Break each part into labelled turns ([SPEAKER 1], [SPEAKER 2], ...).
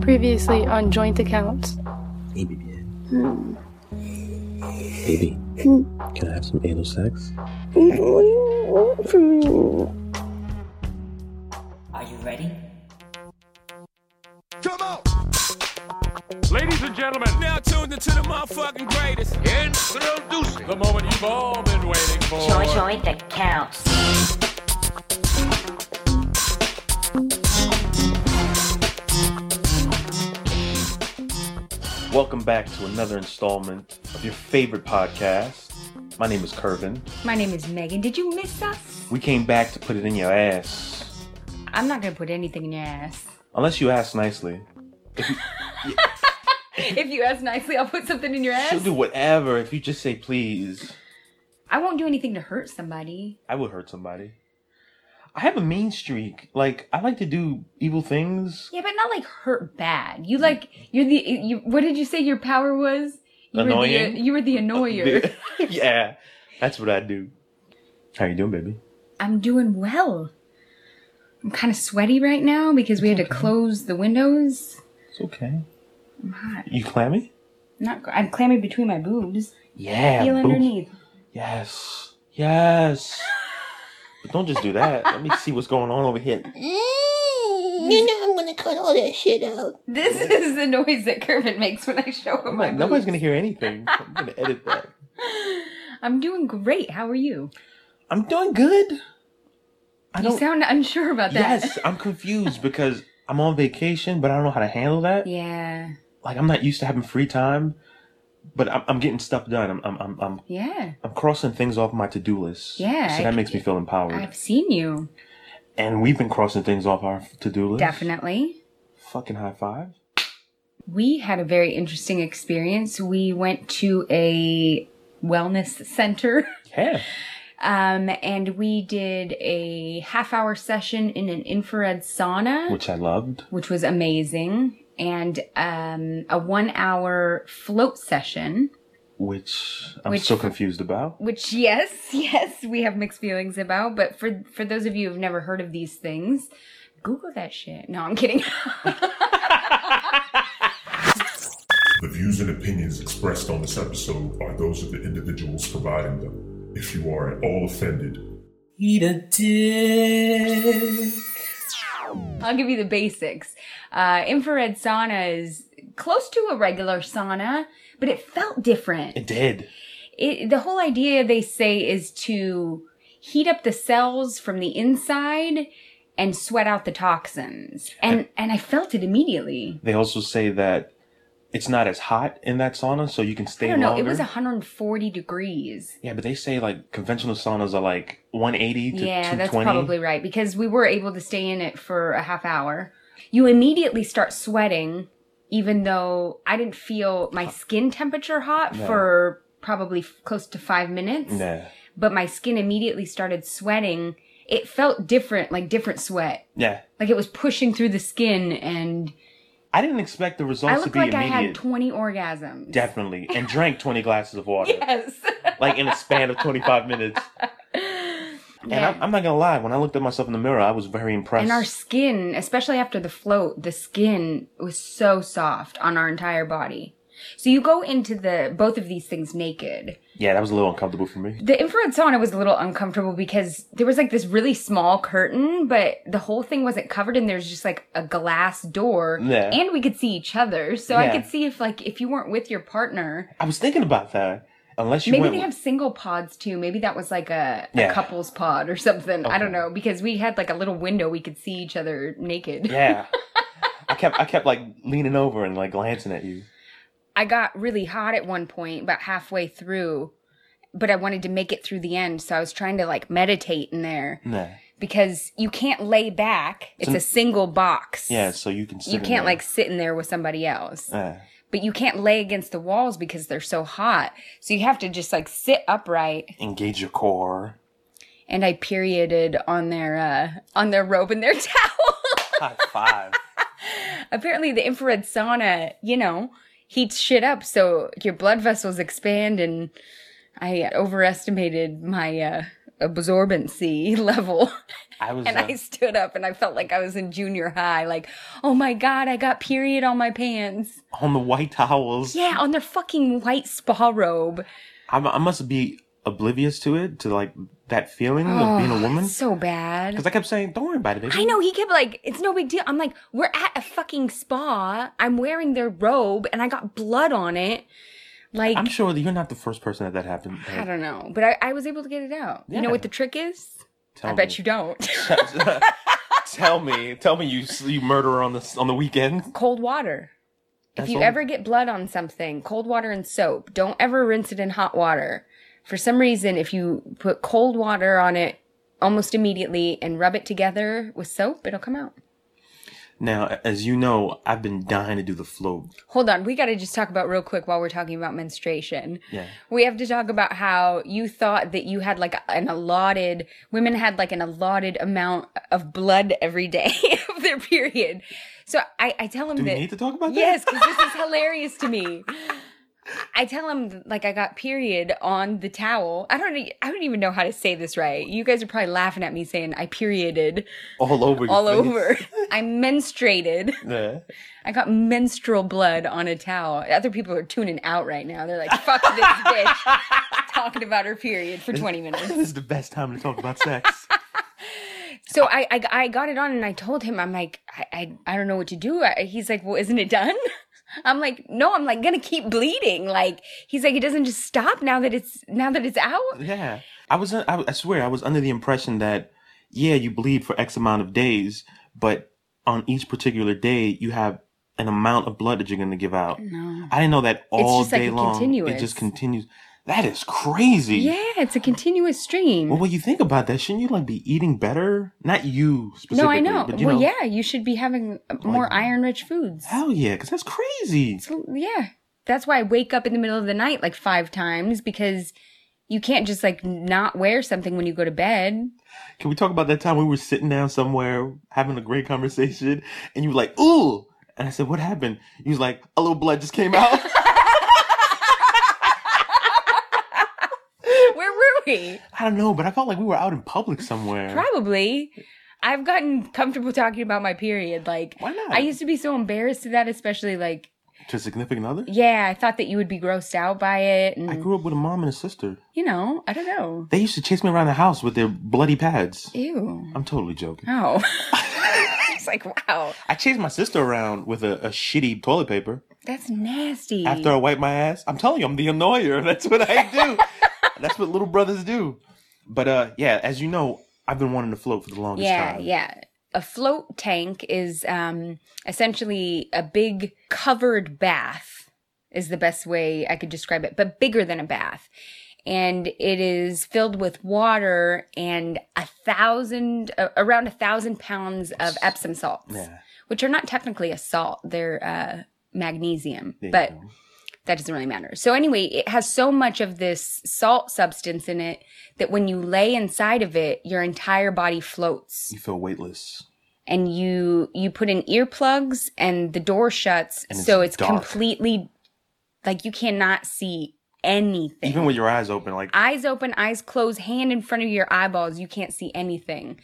[SPEAKER 1] previously on joint accounts.
[SPEAKER 2] ABBN. Baby, can I have some anal sex?
[SPEAKER 3] Are you ready?
[SPEAKER 4] Come on!
[SPEAKER 5] Ladies and gentlemen,
[SPEAKER 4] Now tuned into the motherfucking greatest. Introducing
[SPEAKER 5] the moment you've all been waiting for.
[SPEAKER 3] Joy, joy, the counts.
[SPEAKER 6] Welcome back to another installment of your favorite podcast. My name is Curvin.
[SPEAKER 7] My name is Megan. Did you miss us?
[SPEAKER 6] We came back to put it in your ass.
[SPEAKER 7] I'm not gonna put anything in your ass.
[SPEAKER 6] Unless you ask nicely.
[SPEAKER 7] If you ask nicely, I'll put something in your
[SPEAKER 6] She'll
[SPEAKER 7] ass.
[SPEAKER 6] do whatever if you just say please.
[SPEAKER 7] I won't do anything to hurt somebody.
[SPEAKER 6] I would hurt somebody. I have a mean streak. Like, I like to do evil things.
[SPEAKER 7] Yeah, but not like hurt bad. You like you're the you. What did you say your power was? You Were
[SPEAKER 6] Annoying?
[SPEAKER 7] the, you were the annoyer.
[SPEAKER 6] yeah, that's what I do. How you doing, baby?
[SPEAKER 7] I'm doing well. I'm kind of sweaty right now because we had to close the windows.
[SPEAKER 6] It's okay. You clammy?
[SPEAKER 7] Not I'm clammy between my boobs.
[SPEAKER 6] Yeah.
[SPEAKER 7] Feel
[SPEAKER 6] boo.
[SPEAKER 7] underneath.
[SPEAKER 6] Yes. Yes. but don't just do that. Let me see what's going on over here.
[SPEAKER 8] You know I'm gonna cut all that shit out.
[SPEAKER 7] This is the noise that Kermit makes when I show him.
[SPEAKER 6] I'm
[SPEAKER 7] my
[SPEAKER 6] like, nobody's
[SPEAKER 7] boobs.
[SPEAKER 6] gonna hear anything. I'm gonna edit that.
[SPEAKER 7] I'm doing great. How are you?
[SPEAKER 6] I'm doing good. I
[SPEAKER 7] You
[SPEAKER 6] don't.
[SPEAKER 7] sound unsure about that.
[SPEAKER 6] yes, I'm confused because I'm on vacation, but I don't know how to handle that.
[SPEAKER 7] Yeah.
[SPEAKER 6] Like, I'm not used to having free time, but I'm, I'm getting stuff done. I'm, I'm, I'm, I'm,
[SPEAKER 7] Yeah.
[SPEAKER 6] I'm crossing things off my to do list.
[SPEAKER 7] Yeah,
[SPEAKER 6] So
[SPEAKER 7] I
[SPEAKER 6] that makes me feel empowered.
[SPEAKER 7] I've seen you.
[SPEAKER 6] and we've been crossing things off our to do list.
[SPEAKER 7] Definitely.
[SPEAKER 6] Fucking high five.
[SPEAKER 7] We had a very interesting experience. We went to a wellness center
[SPEAKER 6] Yeah.
[SPEAKER 7] um, and we did a half hour session in an infrared sauna, which,
[SPEAKER 6] Which I loved.
[SPEAKER 7] was amazing, and um, a one hour float session.
[SPEAKER 6] Which I'm
[SPEAKER 7] Which-
[SPEAKER 6] still confused about.
[SPEAKER 7] which yes yes we have mixed feelings about but for for those of you who've never heard of these things google that shit no i'm kidding
[SPEAKER 9] The views and opinions expressed on this episode are those of the individuals providing them. If you are at all offended,
[SPEAKER 7] i'll give you the basics uh infrared sauna is close to a regular sauna but it felt different
[SPEAKER 6] It did.
[SPEAKER 7] it, the whole idea they say is to heat up the cells from the inside and sweat out the toxins and and i felt it immediately
[SPEAKER 6] They also say that it's not as hot in that sauna, so you can stay
[SPEAKER 7] I don't know.
[SPEAKER 6] longer.
[SPEAKER 7] It was 140 degrees.
[SPEAKER 6] Yeah, but they say like conventional saunas are like 180 to
[SPEAKER 7] yeah,
[SPEAKER 6] 220.
[SPEAKER 7] that's probably right because we were able to stay in it for a half hour. You immediately start sweating, even though I didn't feel my skin temperature hot
[SPEAKER 6] No.
[SPEAKER 7] for probably f- close to five minutes,
[SPEAKER 6] Yeah.
[SPEAKER 7] but my skin immediately started sweating. It felt different, like different sweat.
[SPEAKER 6] Yeah.
[SPEAKER 7] Like it was pushing through the skin, and
[SPEAKER 6] I didn't expect the results
[SPEAKER 7] I
[SPEAKER 6] to
[SPEAKER 7] looked
[SPEAKER 6] be
[SPEAKER 7] like I
[SPEAKER 6] immediate.
[SPEAKER 7] had 20 orgasms.
[SPEAKER 6] Definitely. And drank 20 glasses of water.
[SPEAKER 7] Yes.
[SPEAKER 6] Like in a span of 25 minutes. And
[SPEAKER 7] Yeah.
[SPEAKER 6] I'm, I'm not going to lie, when I looked at myself in the mirror, I was very impressed.
[SPEAKER 7] And our skin, especially after the float, the skin was so soft on our entire body. So you go into the both of these things naked.
[SPEAKER 6] yeah, that was a little uncomfortable for me.
[SPEAKER 7] The infrared sauna was a little uncomfortable because there was like this really small curtain, but the whole thing wasn't covered and there's just like a glass door
[SPEAKER 6] Yeah.
[SPEAKER 7] and we could see each other. So I
[SPEAKER 6] Yeah.
[SPEAKER 7] could see if like if you weren't with your partner,
[SPEAKER 6] I was thinking about that. Unless you
[SPEAKER 7] maybe
[SPEAKER 6] went.
[SPEAKER 7] they have single pods too. Maybe that was like a,
[SPEAKER 6] Yeah.
[SPEAKER 7] a couples pod or something. I don't
[SPEAKER 6] Okay.
[SPEAKER 7] know because we had like a little window we could see each other naked.
[SPEAKER 6] yeah. I kept I kept like leaning over and like glancing at you.
[SPEAKER 7] I got really hot at one point, about halfway through, but I wanted to make it through the end. So I was trying to like meditate in there
[SPEAKER 6] Nah.
[SPEAKER 7] because you can't lay back. It's
[SPEAKER 6] So-
[SPEAKER 7] a single box.
[SPEAKER 6] Yeah, so you can sit
[SPEAKER 7] You
[SPEAKER 6] in
[SPEAKER 7] can't
[SPEAKER 6] there. Uh.
[SPEAKER 7] like sit in there with somebody else,
[SPEAKER 6] Yeah.
[SPEAKER 7] but you can't lay against the walls because they're so hot. So you have to just like sit upright.
[SPEAKER 6] engage your core.
[SPEAKER 7] And I perioded on their uh, on their robe and their towel.
[SPEAKER 6] High five.
[SPEAKER 7] Apparently, the infrared sauna, you know, heats shit up, so your blood vessels expand, and I overestimated my uh, absorbency level.
[SPEAKER 6] I was.
[SPEAKER 7] And
[SPEAKER 6] uh,
[SPEAKER 7] I stood up and I felt like I was in junior high. Like, oh my God, I got period on my pants.
[SPEAKER 6] on the white towels.
[SPEAKER 7] Yeah, on their fucking white spa robe.
[SPEAKER 6] I'm, I must be oblivious to it, to like that feeling of being a woman.
[SPEAKER 7] So bad.
[SPEAKER 6] Because I kept saying, "Don't worry about it, baby."
[SPEAKER 7] Oh, I know he kept like, it's no big deal. I'm like, we're at a fucking spa. I'm wearing their robe and I got blood on it. Like,
[SPEAKER 6] I'm sure that you're not the first person that that happened.
[SPEAKER 7] I don't know, but I, I was able to get it out. You know
[SPEAKER 6] Yeah.
[SPEAKER 7] what the trick is?
[SPEAKER 6] Tell
[SPEAKER 7] I bet
[SPEAKER 6] me.
[SPEAKER 7] you don't.
[SPEAKER 6] tell me, tell me, you you murderer on the on the weekend.
[SPEAKER 7] cold water.
[SPEAKER 6] That's
[SPEAKER 7] if you
[SPEAKER 6] all-
[SPEAKER 7] ever get blood on something, cold water and soap. Don't ever rinse it in hot water. For some reason, if you put cold water on it almost immediately and rub it together with soap, it'll come out.
[SPEAKER 6] Now, as you know, I've been dying to do the float.
[SPEAKER 7] Hold on, we got to just talk about real quick while we're talking about menstruation.
[SPEAKER 6] Yeah.
[SPEAKER 7] We have to talk about how you thought that you had like an allotted, women had like an allotted amount of blood every day of their period. So I, I tell them
[SPEAKER 6] Do we
[SPEAKER 7] that.
[SPEAKER 6] need to talk about that?
[SPEAKER 7] Yes, because this is hilarious to me. I tell him like I got period on the towel. I don't. e- I don't even know how to say this right. You guys are probably laughing at me saying I perioded
[SPEAKER 6] all over, your
[SPEAKER 7] all
[SPEAKER 6] face.
[SPEAKER 7] over. I menstruated.
[SPEAKER 6] Yeah.
[SPEAKER 7] I got menstrual blood on a towel. Other people are tuning out right now. They're like, "Fuck this bitch." Talking about her period for 20 minutes.
[SPEAKER 6] This is the best time to talk about sex.
[SPEAKER 7] So I, I, I got it on and I told him, I'm like, I, I, I don't know what to do. I, he's like, well, isn't it done? I'm like, no, I'm like gonna keep bleeding. Like he's like, it doesn't just stop now that it's now that it's out.
[SPEAKER 6] yeah, I was. I, I swear, I was under the impression that yeah, you bleed for X amount of days, but on each particular day, you have an amount of blood that you're going to give out. No. I didn't know that all
[SPEAKER 7] just like
[SPEAKER 6] day
[SPEAKER 7] a
[SPEAKER 6] long. It
[SPEAKER 7] continuous.
[SPEAKER 6] just continues. That is crazy.
[SPEAKER 7] Yeah, it's a continuous stream.
[SPEAKER 6] Well, when you think about that, shouldn't you like be eating better? Not you specifically.
[SPEAKER 7] no, I know.
[SPEAKER 6] But, you
[SPEAKER 7] well,
[SPEAKER 6] know,
[SPEAKER 7] yeah, you should be having more iron-rich foods.
[SPEAKER 6] Hell yeah, because that's crazy.
[SPEAKER 7] So, yeah, that's why I wake up in the middle of the night like five times because you can't just like not wear something when you go to bed.
[SPEAKER 6] Can we talk about that time we were sitting down somewhere having a great conversation, and you were like, "Ooh," and I said, "What happened?" You was like, "A little blood just came out."
[SPEAKER 7] Where were we?
[SPEAKER 6] I don't know, but I felt like we were out in public somewhere.
[SPEAKER 7] Probably. I've gotten comfortable talking about my period. Like,
[SPEAKER 6] Why not?
[SPEAKER 7] I used to be so embarrassed to that, especially like,
[SPEAKER 6] to a significant other.
[SPEAKER 7] yeah, I thought that you would be grossed out by it, and
[SPEAKER 6] I grew up with a mom and a sister.
[SPEAKER 7] you know, I don't know.
[SPEAKER 6] They used to chase me around the house with their bloody pads.
[SPEAKER 7] Ew.
[SPEAKER 6] I'm totally joking.
[SPEAKER 7] Oh. it's like, wow,
[SPEAKER 6] I chased my sister around with a, a shitty toilet paper.
[SPEAKER 7] that's nasty.
[SPEAKER 6] After I wipe my ass, I'm telling you, I'm the annoyer. That's what I do. That's what little brothers do. But uh, yeah, as you know, I've been wanting to float for the longest
[SPEAKER 7] yeah,
[SPEAKER 6] time.
[SPEAKER 7] yeah. A float tank is um, essentially a big covered bath, is the best way I could describe it, but bigger than a bath. And it is filled with water and a thousand, uh, around a thousand pounds of Epsom salts,
[SPEAKER 6] Yeah.
[SPEAKER 7] which are not technically a salt, they're uh, magnesium,
[SPEAKER 6] There you
[SPEAKER 7] but
[SPEAKER 6] go.
[SPEAKER 7] that doesn't really matter. So anyway, it has so much of this salt substance in it that when you lay inside of it, your entire body floats
[SPEAKER 6] you feel weightless.
[SPEAKER 7] and you you put in earplugs and the door shuts
[SPEAKER 6] And it's
[SPEAKER 7] so it's
[SPEAKER 6] dark.
[SPEAKER 7] completely like you cannot see anything.
[SPEAKER 6] Even with your eyes open, like
[SPEAKER 7] eyes open, eyes closed, hand in front of your eyeballs, you can't see anything.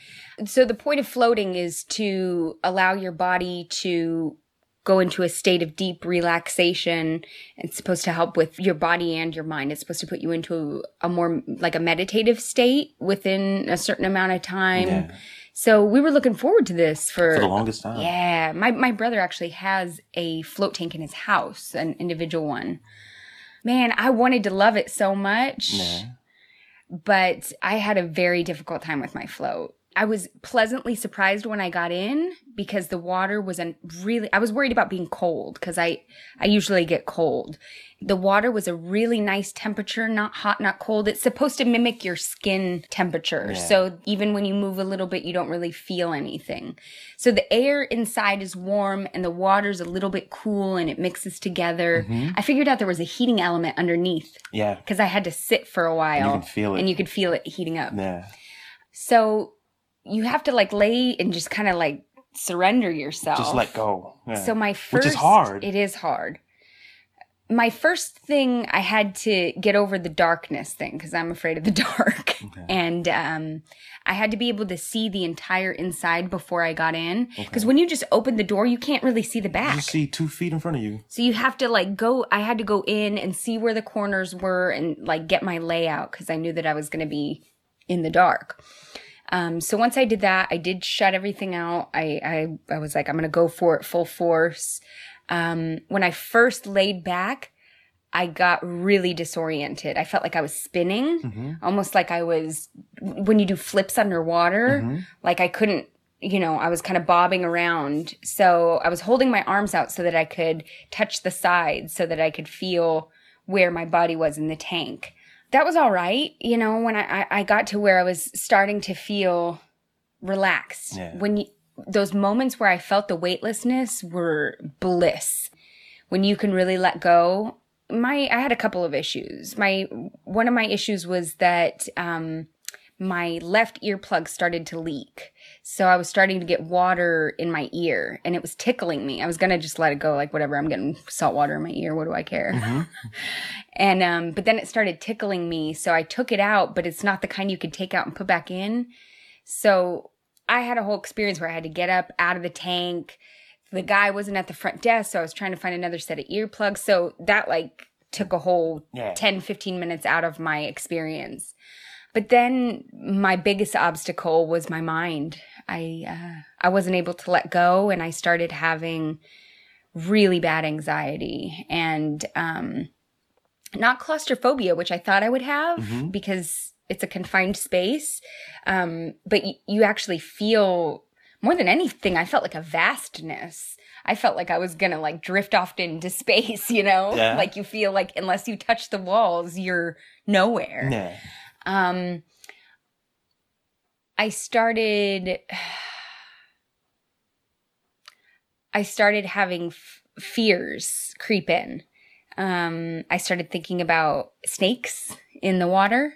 [SPEAKER 7] So the point of floating is to allow your body to go into a state of deep relaxation. It's supposed to help with your body and your mind. It's supposed to put you into a more like a meditative state within a certain amount of time.
[SPEAKER 6] yeah,
[SPEAKER 7] So we were looking forward to this for,
[SPEAKER 6] for the longest time.
[SPEAKER 7] yeah, my my brother actually has a float tank in his house, an individual one. Man, I wanted to love it so much,
[SPEAKER 6] Yeah.
[SPEAKER 7] but I had a very difficult time with my float. I was pleasantly surprised when I got in because the water was a really I was worried about being cold cuz I I usually get cold. The water was a really nice temperature, not hot, not cold. It's supposed to mimic your skin temperature. So even when you move a little bit, you don't really feel anything. So the air inside is warm and the water's a little bit cool and it mixes together.
[SPEAKER 6] Mm-hmm.
[SPEAKER 7] I figured out there was a heating element underneath
[SPEAKER 6] Yeah.
[SPEAKER 7] because I had to sit for a while
[SPEAKER 6] could feel it.
[SPEAKER 7] and you could feel it heating up.
[SPEAKER 6] Yeah.
[SPEAKER 7] So you have to like lay and just kind of like surrender yourself.
[SPEAKER 6] Just let go. Yeah.
[SPEAKER 7] So my first
[SPEAKER 6] Which is hard.
[SPEAKER 7] It is hard. my first thing I had to get over the darkness thing because I'm afraid of the dark, and um, I had to be able to see the entire inside before I got in. Because when you just open the door, you can't really see the back.
[SPEAKER 6] You see two feet in front of you.
[SPEAKER 7] So you have to like go. I had to go in and see where the corners were and like get my layout because I knew that I was going to be in the dark. Um, so once I did that, I did shut everything out. I I, I was like, I'm going to go for it full force. Um, when I first laid back, I got really disoriented. I felt like I was spinning, almost like I was when you do flips underwater. Like I couldn't you know, I was kind of bobbing around. So I was holding my arms out so that I could touch the sides so that I could feel where my body was in the tank. That was all right. You know, when I, I, I got to where I was starting to feel relaxed,
[SPEAKER 6] Yeah.
[SPEAKER 7] when you, those moments where I felt the weightlessness were bliss, when you can really let go. My, I had a couple of issues. My, one of my issues was that, um, my left earplug started to leak. So I was starting to get water in my ear and it was tickling me. I was going to just let it go, like, whatever, I'm getting salt water in my ear. What do I care? and, um, but then it started tickling me. So I took it out, but it's not the kind you could take out and put back in. So I had a whole experience where I had to get up out of the tank. The guy wasn't at the front desk. So I was trying to find another set of earplugs. So that, like, took a whole
[SPEAKER 6] Yeah.
[SPEAKER 7] ten, fifteen 10, 15 minutes out of my experience. But then my biggest obstacle was my mind. I uh, I wasn't able to let go, and I started having really bad anxiety and um, not claustrophobia, which I thought I would have because it's a confined space. Um, but y- you actually feel more than anything. I felt like a vastness. I felt like I was gonna like drift off into space. You know,
[SPEAKER 6] Yeah.
[SPEAKER 7] like you feel like unless you touch the walls, you're nowhere
[SPEAKER 6] Yeah.
[SPEAKER 7] um i started i started having f- fears creep in um i started thinking about snakes in the water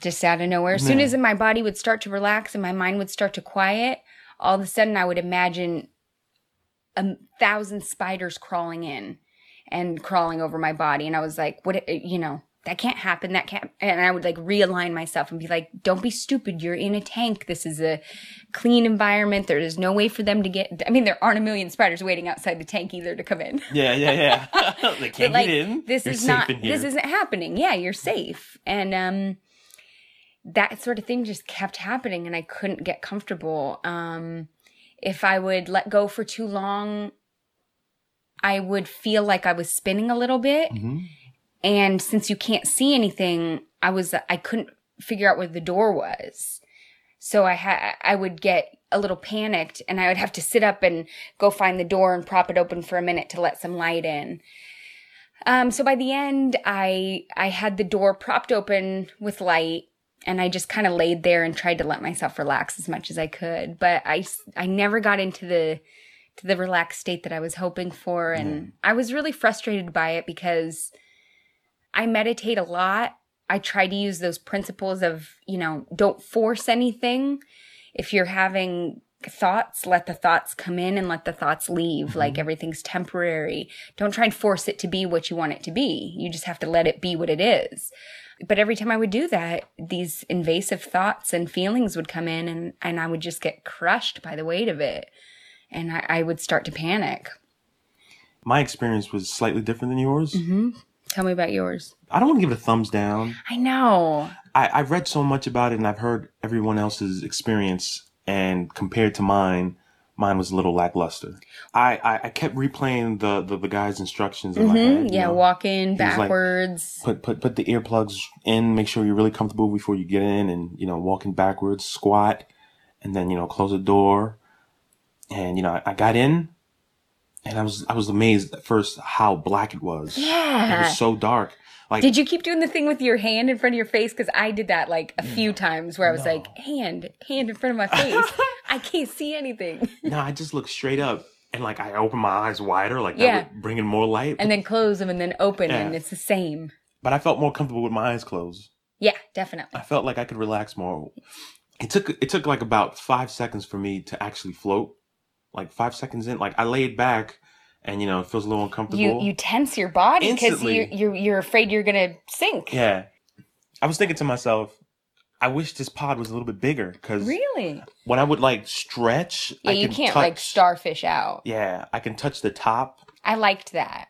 [SPEAKER 7] just out of nowhere as soon
[SPEAKER 6] Yeah.
[SPEAKER 7] as my body would start to relax and my mind would start to quiet all of a sudden i would imagine a thousand spiders crawling in and crawling over my body and i was like what uh, you know that can't happen that can't and i would like realign myself and be like don't be stupid you're in a tank this is a clean environment there is no way for them to get i mean there aren't a million spiders waiting outside the tank either to come in
[SPEAKER 6] Yeah, yeah, yeah. they
[SPEAKER 7] but
[SPEAKER 6] can't
[SPEAKER 7] like
[SPEAKER 6] get in.
[SPEAKER 7] this
[SPEAKER 6] You're
[SPEAKER 7] is
[SPEAKER 6] safe
[SPEAKER 7] not
[SPEAKER 6] in here.
[SPEAKER 7] this isn't happening yeah you're safe and um that sort of thing just kept happening and i couldn't get comfortable um if i would let go for too long i would feel like i was spinning a little bit
[SPEAKER 6] Mhm.
[SPEAKER 7] and since you can't see anything i was i couldn't figure out where the door was so i had i would get a little panicked and i would have to sit up and go find the door and prop it open for a minute to let some light in um, so by the end i i had the door propped open with light and i just kind of laid there and tried to let myself relax as much as i could but i s- i never got into the to the relaxed state that i was hoping for and i was really frustrated by it because I meditate a lot. I try to use those principles of, you know, don't force anything. If you're having thoughts, let the thoughts come in and let the thoughts leave. Like everything's temporary. Don't try and force it to be what you want it to be. You just have to let it be what it is. But every time I would do that, these invasive thoughts and feelings would come in and, and I would just get crushed by the weight of it. And I, I would start to panic.
[SPEAKER 6] My experience was slightly different than yours.
[SPEAKER 7] Mm-hmm. Tell me about yours.
[SPEAKER 6] I don't want to give it a thumbs down.
[SPEAKER 7] I know.
[SPEAKER 6] I, I've read so much about it and I've heard everyone else's experience and compared to mine, mine was a little lackluster. I, I, I kept replaying the, the, the guy's instructions in my head. you
[SPEAKER 7] Mm-hmm. Yeah,
[SPEAKER 6] know.
[SPEAKER 7] walk in
[SPEAKER 6] like-
[SPEAKER 7] backwards.
[SPEAKER 6] Put, put put the earplugs in, make sure you're really comfortable before you get in and you know, walking backwards, squat, and then, you know, close the door. And, you know, I, I got in and I was I was amazed at first how black it was. It
[SPEAKER 7] Yeah.
[SPEAKER 6] was so dark. Like
[SPEAKER 7] Did you keep doing the thing with your hand in front of your face? Because I did that like a few times where I was like, hand, hand in front of my face. I can't see anything.
[SPEAKER 6] No, I just look straight up and like I open my eyes wider, like
[SPEAKER 7] Yeah.
[SPEAKER 6] that would bring in more light.
[SPEAKER 7] And then close them and then open, and
[SPEAKER 6] Yeah.
[SPEAKER 7] it's the same.
[SPEAKER 6] but I felt more comfortable with my eyes closed.
[SPEAKER 7] Yeah, definitely.
[SPEAKER 6] I felt like I could relax more. It took it took like about five seconds for me to actually float. Like five seconds in, like I laid back and you know it feels a little uncomfortable.
[SPEAKER 7] You you tense your body because
[SPEAKER 6] Instantly.
[SPEAKER 7] you you're, you're afraid you're gonna sink.
[SPEAKER 6] yeah, I was thinking to myself, I wish this pod was a little bit bigger because
[SPEAKER 7] Really?
[SPEAKER 6] when I would like stretch,
[SPEAKER 7] Yeah,
[SPEAKER 6] I
[SPEAKER 7] you
[SPEAKER 6] can
[SPEAKER 7] can't
[SPEAKER 6] touch,
[SPEAKER 7] like starfish out.
[SPEAKER 6] Yeah, I can touch the top.
[SPEAKER 7] I liked that.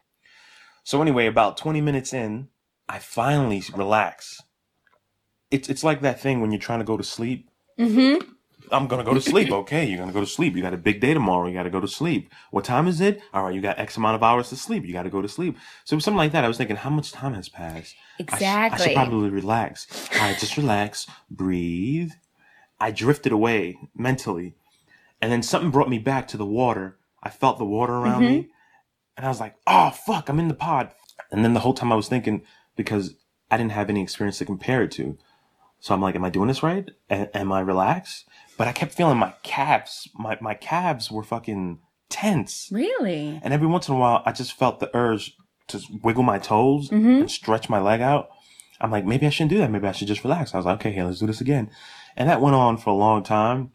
[SPEAKER 6] So anyway, about 20 minutes in, I finally relax. It's it's like that thing when you're trying to go to sleep.
[SPEAKER 7] Mm-hmm.
[SPEAKER 6] I'm gonna go to sleep. Okay, you're gonna go to sleep. You got a big day tomorrow. You got to go to sleep. What time is it? All right, you got X amount of hours to sleep. You got to go to sleep. So something like that. I was thinking, how much time has passed? I sh- I,
[SPEAKER 7] Exactly.
[SPEAKER 6] should probably relax. All right, just relax, breathe. I drifted away mentally, and then something brought me back to the water. I felt the water around me, and I was like, "Oh fuck, I'm in the pod." And then the whole time I was thinking because I didn't have any experience to compare it to, so I'm like, "Am I doing this right? A- am I relaxed?" But I kept feeling my calves, my my calves were fucking tense,
[SPEAKER 7] really?
[SPEAKER 6] and every once in a while, I just felt the urge to wiggle my toes
[SPEAKER 7] Mm-hmm.
[SPEAKER 6] and stretch my leg out. I'm like, maybe I shouldn't do that. Maybe I should just relax. I was like, okay, here, let's do this again. And that went on for a long time.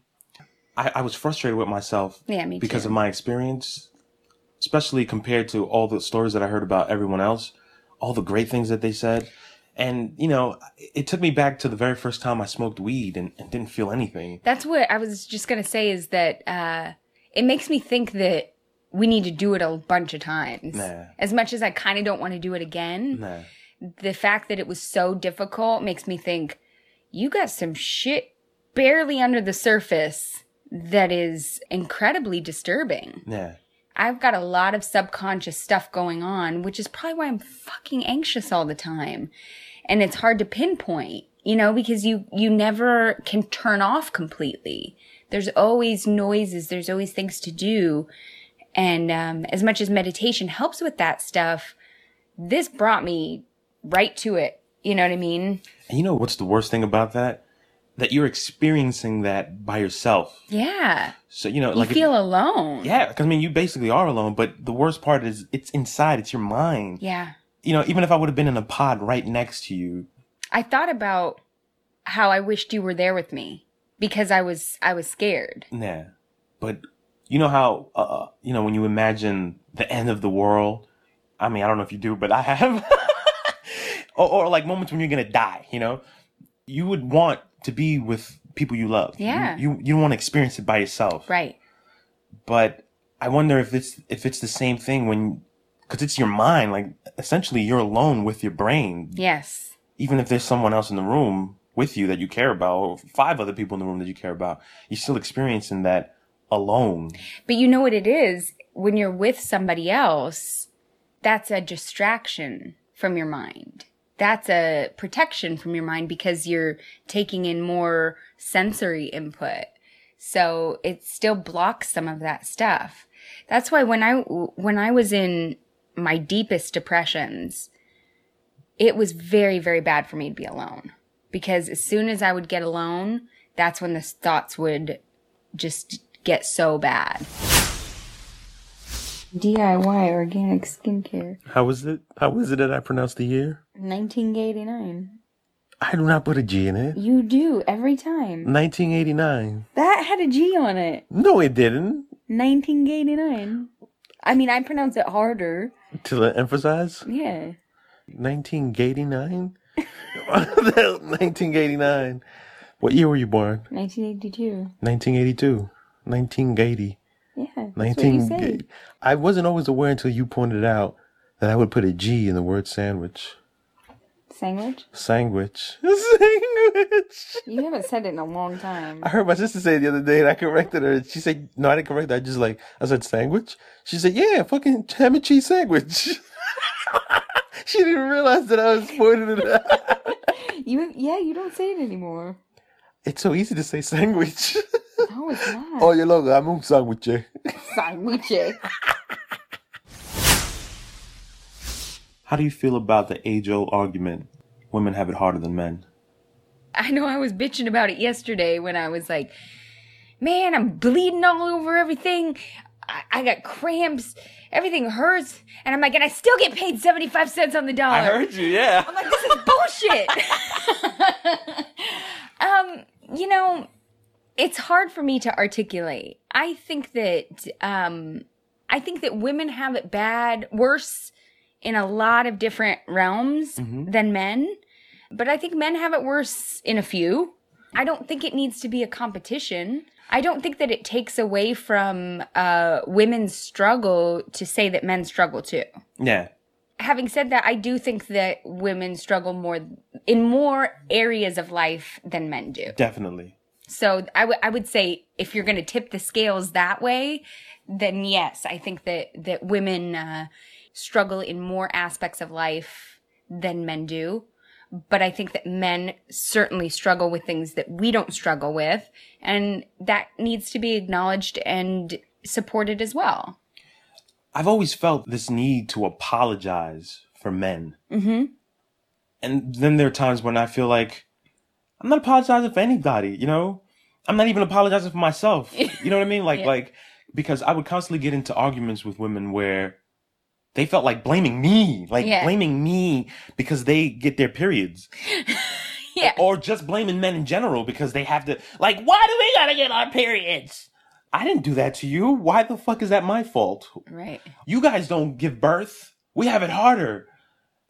[SPEAKER 6] I, I was frustrated with myself
[SPEAKER 7] Yeah, me
[SPEAKER 6] because
[SPEAKER 7] too.
[SPEAKER 6] of my experience, especially compared to all the stories that I heard about everyone else, all the great things that they said. And, you know, it- it took me back to the very first time I smoked weed and, and didn't feel anything.
[SPEAKER 7] That's what I was just gonna say is that uh, it makes me think that we need to do it a bunch of times.
[SPEAKER 6] Nah.
[SPEAKER 7] As much as I kind of don't want to do it again,
[SPEAKER 6] Nah.
[SPEAKER 7] the fact that it was so difficult makes me think you got some shit barely under the surface that is incredibly disturbing.
[SPEAKER 6] Nah.
[SPEAKER 7] I've got a lot of subconscious stuff going on, which is probably why I'm fucking anxious all the time. And it's hard to pinpoint, you know, because you, you never can turn off completely. There's always noises. There's always things to do. And, um, as much as meditation helps with that stuff, this brought me right to it. You know what I mean?
[SPEAKER 6] And you know what's the worst thing about that? That you're experiencing that by yourself.
[SPEAKER 7] Yeah.
[SPEAKER 6] So you know,
[SPEAKER 7] You
[SPEAKER 6] like if-
[SPEAKER 7] feel alone.
[SPEAKER 6] yeah, because I mean, you basically are alone. But the worst part is, it's inside. It's your mind.
[SPEAKER 7] Yeah.
[SPEAKER 6] You know, even if I would have been in a pod right next to you,
[SPEAKER 7] I thought about how I wished you were there with me because I was, I was scared.
[SPEAKER 6] nah. But you know how, uh, you know, when you imagine the end of the world. I mean, I don't know if you do, but I have. or, or like moments when you're gonna die. You know, you would want to be with people you love. You-
[SPEAKER 7] Yeah.
[SPEAKER 6] You you, don't want to experience it by yourself.
[SPEAKER 7] Right.
[SPEAKER 6] but I wonder if it's if it's the same thing when because it's your mind. Like essentially, you're alone with your brain.
[SPEAKER 7] Yes.
[SPEAKER 6] Even if there's someone else in the room with you that you care about, or five other people in the room that you care about, you're still experiencing that alone.
[SPEAKER 7] But you know what it is? When you're with somebody else, that's a distraction from your mind. That's a protection from your mind because you're taking in more sensory input. So it still blocks some of that stuff. That's why when I when I was in my deepest depressions, it was very very bad for me to be alone because as soon as I would get alone, that's when the thoughts would just get so bad. DIY organic skincare,
[SPEAKER 6] How was it? How was it that I pronounced the year?
[SPEAKER 7] 1989.
[SPEAKER 6] I do not put a G in it.
[SPEAKER 7] You do every time.
[SPEAKER 6] 1989.
[SPEAKER 7] That had a G on it.
[SPEAKER 6] No, it didn't.
[SPEAKER 7] 1989. I mean, I pronounce it harder.
[SPEAKER 6] To emphasize,
[SPEAKER 7] Yeah.
[SPEAKER 6] 1989. 1989. What year were you born?
[SPEAKER 7] 1982.
[SPEAKER 6] 1982, 1980,
[SPEAKER 7] Yeah. that's what you
[SPEAKER 6] 1980.
[SPEAKER 7] say.
[SPEAKER 6] I wasn't always aware until you pointed out that I would put a G in the word sandwich.
[SPEAKER 7] Sandwich?
[SPEAKER 6] Sandwich. Sandwich.
[SPEAKER 7] You haven't said it in a long time.
[SPEAKER 6] I heard my sister say it the other day and I corrected her. She said, No, I didn't correct her. I just like, I said sandwich. She said, Yeah, fucking ham and cheese sandwich. she didn't realize that I was pointing it out.
[SPEAKER 7] You yeah, you don't say it anymore.
[SPEAKER 6] It's so easy to say sandwich.
[SPEAKER 7] No, it's not.
[SPEAKER 6] oh, you're long. I'm a sandwich.
[SPEAKER 7] Sandwich.
[SPEAKER 6] How do you feel about the age old argument? Women have it harder than men.
[SPEAKER 7] I know I was bitching about it yesterday when I was like, man, I'm bleeding all over everything. I, I got cramps. Everything hurts. And I'm like, and I still get paid 75 cents on the dollar.
[SPEAKER 6] I heard you, yeah.
[SPEAKER 7] I'm like, this is bullshit. um, you know, it's hard for me to articulate. I think that um, I think that women have it bad, worse in a lot of different realms
[SPEAKER 6] Mhm.
[SPEAKER 7] than men. But I think men have it worse in a few. I don't think it needs to be a competition. I don't think that it takes away from uh, women's struggle to say that men struggle too.
[SPEAKER 6] Yeah.
[SPEAKER 7] Having said that, I do think that women struggle more in more areas of life than men do.
[SPEAKER 6] Definitely.
[SPEAKER 7] So I would I would say if you're going to tip the scales that way, then yes, I think that that women uh, struggle in more aspects of life than men do. But I think that men certainly struggle with things that we don't struggle with, and that needs to be acknowledged and supported as well.
[SPEAKER 6] I've always felt this need to apologize for men.
[SPEAKER 7] Mm-hmm.
[SPEAKER 6] And then there are times when I feel like I'm not apologizing for anybody, you know? I'm not even apologizing for myself. You know what I mean? Like
[SPEAKER 7] Yeah.
[SPEAKER 6] like because I would constantly get into arguments with women where they felt like blaming me, like
[SPEAKER 7] Yeah.
[SPEAKER 6] blaming me because they get their periods.
[SPEAKER 7] Yeah.
[SPEAKER 6] Or just blaming men in general because they have to like why do we got to get our periods? I didn't do that to you. Why the fuck is that my fault?
[SPEAKER 7] Right.
[SPEAKER 6] You guys don't give birth. We have it harder.